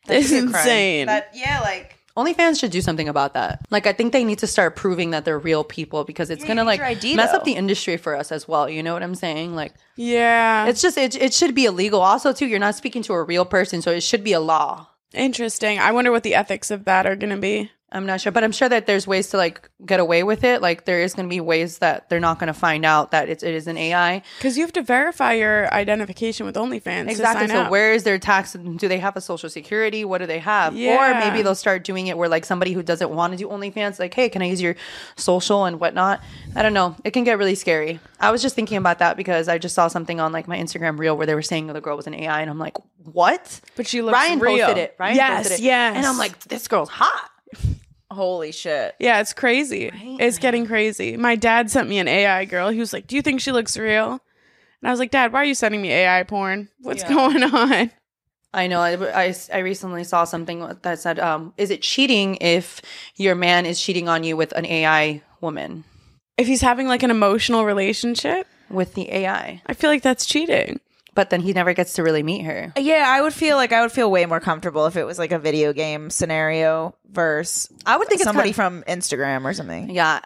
Speaker 4: It's
Speaker 3: a crime.
Speaker 4: insane.
Speaker 3: That yeah, like
Speaker 5: OnlyFans should do something about that. Like, I think they need to start proving that they're real people because it's
Speaker 3: Yeah,
Speaker 5: gonna
Speaker 3: you need
Speaker 5: like
Speaker 3: your ID,
Speaker 5: mess up
Speaker 3: though.
Speaker 5: the industry for us as well. You know what I'm saying? Like,
Speaker 4: yeah,
Speaker 5: it's just it, it should be illegal. Also, too, you're not speaking to a real person, so it should be a law.
Speaker 4: interesting. I wonder what the ethics of that are going to be.
Speaker 5: I'm not sure, but I'm sure that there's ways to like get away with it. Like, there is gonna be ways that they're not gonna find out that it's, it is an AI.
Speaker 4: Because you have to verify your identification with OnlyFans.
Speaker 5: Exactly.
Speaker 4: To sign
Speaker 5: So
Speaker 4: up.
Speaker 5: where is their tax? Do they have a social security? What do they have? Or
Speaker 4: Yeah.
Speaker 5: maybe they'll start doing it where like somebody who doesn't want to do OnlyFans, like, hey, can I use your social and whatnot? I don't know. It can get really scary. I was just thinking about that because I just saw something on like my Instagram reel where they were saying the girl was an AI, and I'm like, what?
Speaker 4: But she looks
Speaker 5: Ryan
Speaker 4: real.
Speaker 5: posted it. Ryan
Speaker 4: yes,
Speaker 5: posted it.
Speaker 4: yes.
Speaker 5: And I'm like, this girl's hot.
Speaker 3: holy shit.
Speaker 4: Yeah, it's crazy. It's getting crazy. My dad sent me an AI girl. He was like, "Do you think she looks real?" And I was like, "Dad, why are you sending me AI porn? What's going on?"
Speaker 5: I know. I, I, I recently saw something that said, um, is it cheating if your man is cheating on you with an AI woman?
Speaker 4: If he's having like an emotional relationship,
Speaker 5: With the AI,
Speaker 4: I feel like that's cheating.
Speaker 5: but then he never gets to really meet her.
Speaker 3: Yeah, I would feel like I would feel way more comfortable if it was like a video game scenario versus
Speaker 5: I would think it's
Speaker 3: somebody
Speaker 5: kinda-
Speaker 3: from Instagram or something.
Speaker 5: Yeah.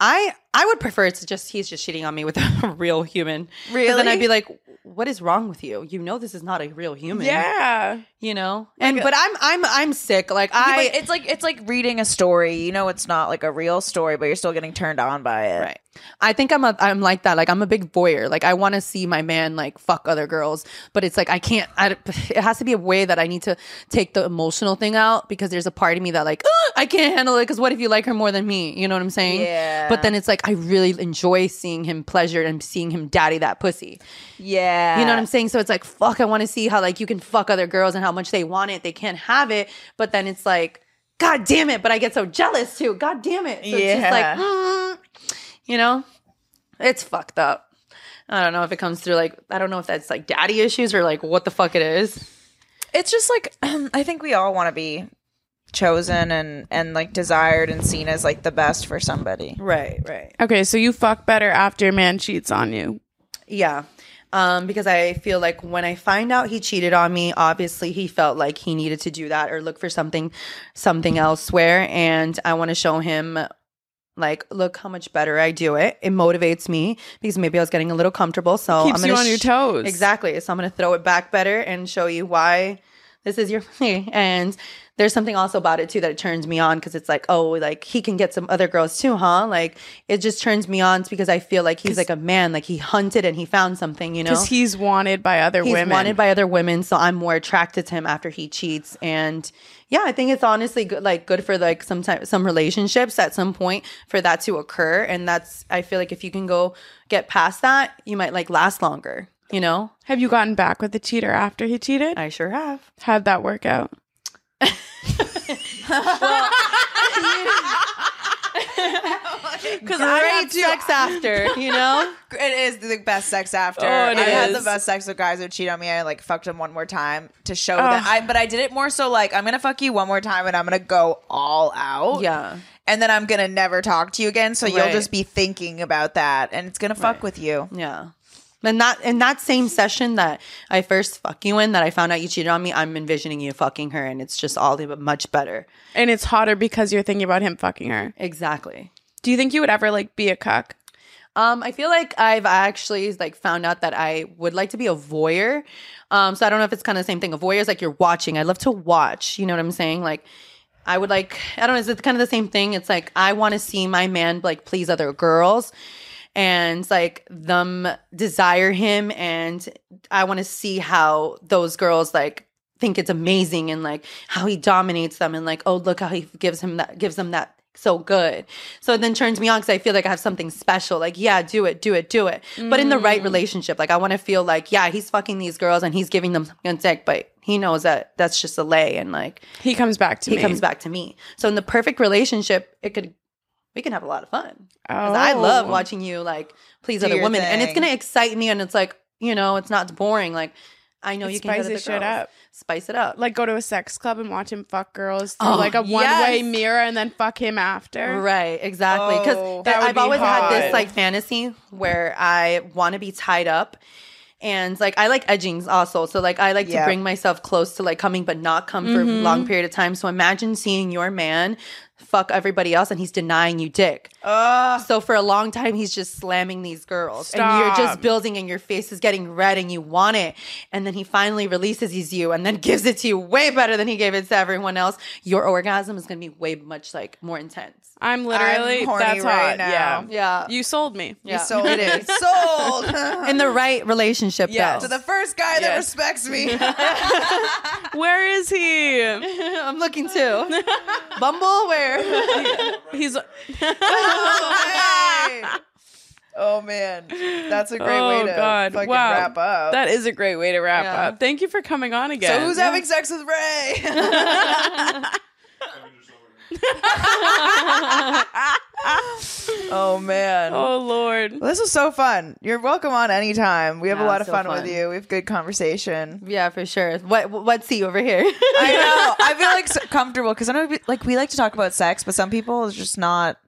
Speaker 5: I I would prefer it's just he's just cheating on me with a real human. 'Cause Then
Speaker 3: Really?
Speaker 5: I'd be like, what is wrong with you? You know this is not a real human.
Speaker 4: Yeah,
Speaker 5: You know? And but I'm I'm I'm sick. Like I
Speaker 3: Like, it's like it's like reading a story. You know, it's not like a real story, but you're still getting turned on by it.
Speaker 5: Right. I think I'm a I'm like that. Like I'm a big voyeur. Like I want to see my man like fuck other girls, but it's like I can't. I, it has to be a way that I need to take the emotional thing out because there's a part of me that like I can't handle it. Because what if you like her more than me? You know what I'm saying?
Speaker 3: Yeah.
Speaker 5: But then it's like I really enjoy seeing him pleasured and seeing him daddy that pussy.
Speaker 3: Yeah,
Speaker 5: You know what I'm saying? So it's like fuck. I want to see how like you can fuck other girls and how much they want it. They can't have it, but then it's like. God damn it, but I get so jealous too. God damn it. So it's just like,
Speaker 3: Yeah.
Speaker 5: mm, you know? It's fucked up. I don't know if it comes through like I don't know if that's like daddy issues or like what the fuck it is.
Speaker 3: It's just like I think we all want to be chosen and and like desired and seen as like the best for somebody.
Speaker 5: Right, right.
Speaker 4: Okay, so you fuck better after a man cheats on you.
Speaker 5: Yeah. Um, because I feel like when I find out he cheated on me, obviously he felt like he needed to do that or look for something something elsewhere. And I want to show him like, look how much better I do it. It motivates me because maybe I was getting a little comfortable. So
Speaker 4: Keeps
Speaker 5: I'm gonna
Speaker 4: you on your
Speaker 5: sh-
Speaker 4: toes.
Speaker 5: Exactly. So I'm going to throw it back better and show you why this is your thing. And there's something also about it too that it turns me on because it's like, oh, like he can get some other girls too, huh? Like it just turns me on because I feel like he's like a man, like he hunted and he found something, you know?
Speaker 4: Because he's wanted by other
Speaker 5: He's
Speaker 4: women.
Speaker 5: wanted by other women, so I'm more attracted to him after he cheats. And yeah, I think it's honestly good, like good for like some type, some relationships at some point for that to occur. And that's I feel like if you can go get past that, you might like last longer. You know,
Speaker 4: Have you gotten back with the cheater after he cheated?
Speaker 5: I sure have.
Speaker 4: How'd that work out?
Speaker 5: Because I had sex after, you know.
Speaker 3: It is the best sex after.
Speaker 4: Oh, it
Speaker 3: I had
Speaker 4: is.
Speaker 3: the best sex with guys who cheat on me. I like fucked them one more time to show that I but I did it more so like I'm gonna fuck you one more time and I'm gonna go all out.
Speaker 5: Yeah.
Speaker 3: And then I'm gonna never talk to you again. So you'll
Speaker 5: Right.
Speaker 3: just be thinking about that and it's gonna fuck with you.
Speaker 5: yeah. And that in that same session that I first fuck you in, that I found out you cheated on me, I'm envisioning you fucking her, and it's just all the but much better.
Speaker 4: And it's hotter because you're thinking about him fucking her.
Speaker 5: Exactly.
Speaker 4: Do you think you would ever like be a cuck?
Speaker 5: Um, I feel like I've actually like found out that I would like to be a voyeur. Um, so I don't know if it's kind of the same thing. A voyeur is like you're watching. I love to watch. You know what I'm saying? Like, I would like. I don't know. Is it kind of the same thing? It's like I want to see my man like please other girls, and like them desire him, and I want to see how those girls like think it's amazing and like how he dominates them and like oh look how he gives him that gives them that so good so it then turns me on because i feel like i have something special like yeah do it do it do it but in the right relationship like i want to feel like yeah he's fucking these girls and he's giving them something sick but He knows that that's just a lay and like
Speaker 4: He comes back to
Speaker 5: he
Speaker 4: me.
Speaker 5: comes back to me. So in the perfect relationship, it could we can have a lot of fun. 'Cause
Speaker 4: Oh.
Speaker 5: I love watching you like please
Speaker 3: Do
Speaker 5: other
Speaker 3: your
Speaker 5: women, and it's
Speaker 3: thing.
Speaker 5: gonna excite me. And it's like you know, it's not boring. Like I know
Speaker 4: It
Speaker 5: you can spice
Speaker 4: spices shit up.
Speaker 5: spice it up.
Speaker 4: Like go to a sex club and watch him fuck girls through
Speaker 5: Oh,
Speaker 4: like a one way
Speaker 5: yes.
Speaker 4: mirror and then fuck him after.
Speaker 5: Right, exactly. Because
Speaker 3: Oh,
Speaker 4: that would
Speaker 5: I've
Speaker 4: be
Speaker 5: always had
Speaker 4: hot.
Speaker 5: this like fantasy where I want to be tied up, and like I like edgings also. So like I like
Speaker 3: Yeah.
Speaker 5: to bring myself close to like coming, but not come for
Speaker 4: Mm-hmm.
Speaker 5: a long period of time. So imagine seeing your man fuck everybody else, and he's denying you dick. So for a long time, he's just slamming these girls, and you're
Speaker 4: Stop.
Speaker 5: just building, and your face is getting red, and you want it, and then he finally releases he's you, and then gives it to you way better than he gave it to everyone else. Your orgasm is gonna be way much like more intense.
Speaker 4: I'm literally
Speaker 3: I'm horny
Speaker 4: that's
Speaker 3: right
Speaker 4: hot.
Speaker 3: now.
Speaker 4: Yeah.
Speaker 5: Yeah.
Speaker 4: You sold me.
Speaker 5: Yeah.
Speaker 3: Sold it is. Sold.
Speaker 5: in the right relationship
Speaker 4: Yes.
Speaker 5: though.
Speaker 3: to the first guy that
Speaker 4: Yes.
Speaker 3: respects me.
Speaker 4: Where is he?
Speaker 5: I'm looking too. Bumble where?
Speaker 4: He's
Speaker 3: oh, hey. Oh, man, that's a great way
Speaker 4: Oh,
Speaker 3: to
Speaker 4: God.
Speaker 3: fucking
Speaker 4: Wow.
Speaker 3: wrap up.
Speaker 4: that is a great way to wrap
Speaker 5: Yeah.
Speaker 4: up. Thank you for coming on again.
Speaker 3: so who's having sex with Ray? oh man.
Speaker 4: Oh Lord.
Speaker 3: Well, this was so fun. You're welcome on anytime. We have a
Speaker 5: Yeah,
Speaker 3: lot of
Speaker 5: so
Speaker 3: fun,
Speaker 5: fun.
Speaker 3: with you. We have good conversation.
Speaker 5: Yeah, for sure. What what's he over here?
Speaker 3: I know. I feel like so comfortable because I know like we like to talk about sex, but some people it's just not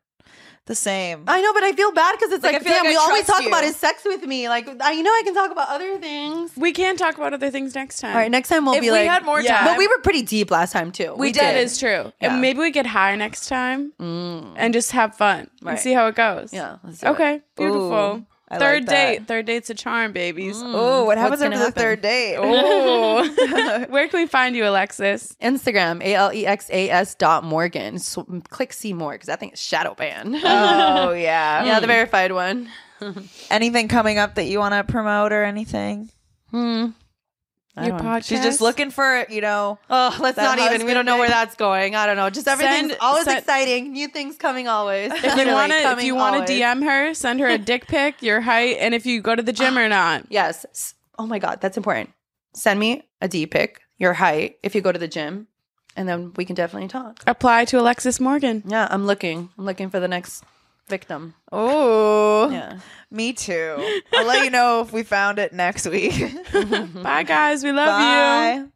Speaker 3: the same.
Speaker 5: I know, but I feel bad because it's like,
Speaker 3: Like, I feel
Speaker 5: damn,
Speaker 3: like I
Speaker 5: we always
Speaker 3: trust
Speaker 5: talk about
Speaker 3: you.
Speaker 5: his sex with me. Like, I, you know, I can talk about other things.
Speaker 4: We can talk about other things next time.
Speaker 5: All right, next time we'll
Speaker 3: If
Speaker 5: be
Speaker 3: we
Speaker 5: like,
Speaker 3: had more
Speaker 4: Yeah.
Speaker 5: but we were pretty deep last time too.
Speaker 4: we did. That is true.
Speaker 5: Yeah. Mm.
Speaker 4: And maybe we get high next time and just have fun
Speaker 5: Right.
Speaker 4: and see how it goes.
Speaker 5: Yeah, let's do it.
Speaker 4: Okay. Beautiful.
Speaker 3: Ooh, I
Speaker 4: Third
Speaker 3: like that.
Speaker 4: date. Third date's a charm, babies.
Speaker 3: Oh, what happens
Speaker 5: Mm-hmm. What's gonna
Speaker 3: after the third date?
Speaker 4: Oh. Where can we find you, Alexis?
Speaker 5: Instagram a l e x a s dot Morgan. So, click see more because I think it's shadow ban.
Speaker 3: Oh, yeah.
Speaker 5: yeah, the verified one.
Speaker 3: Anything coming up that you want to promote or anything?
Speaker 4: Hmm. Your podcast.
Speaker 3: She's just looking for you know.
Speaker 5: Oh, let's
Speaker 3: That
Speaker 5: not even. We
Speaker 3: husband
Speaker 5: don't know where
Speaker 3: thing.
Speaker 5: that's going. I don't know. Just everything's
Speaker 4: Send-
Speaker 5: always
Speaker 4: send-
Speaker 5: exciting. New things coming always.
Speaker 4: If you want to, if you want to DM her, send her a dick pic, your height, and if you go to the gym or not.
Speaker 5: Yes. S- Oh my God, that's important. Send me a D pic, your height, if you go to the gym, and then we can definitely talk.
Speaker 4: Apply to Alexis Morgan.
Speaker 5: Yeah, I'm looking. I'm looking for the next victim.
Speaker 3: Oh,
Speaker 5: Yeah.
Speaker 3: me too. I'll let you know if we found it next week.
Speaker 4: Bye, guys. We love you.
Speaker 3: Mm-hmm. Bye.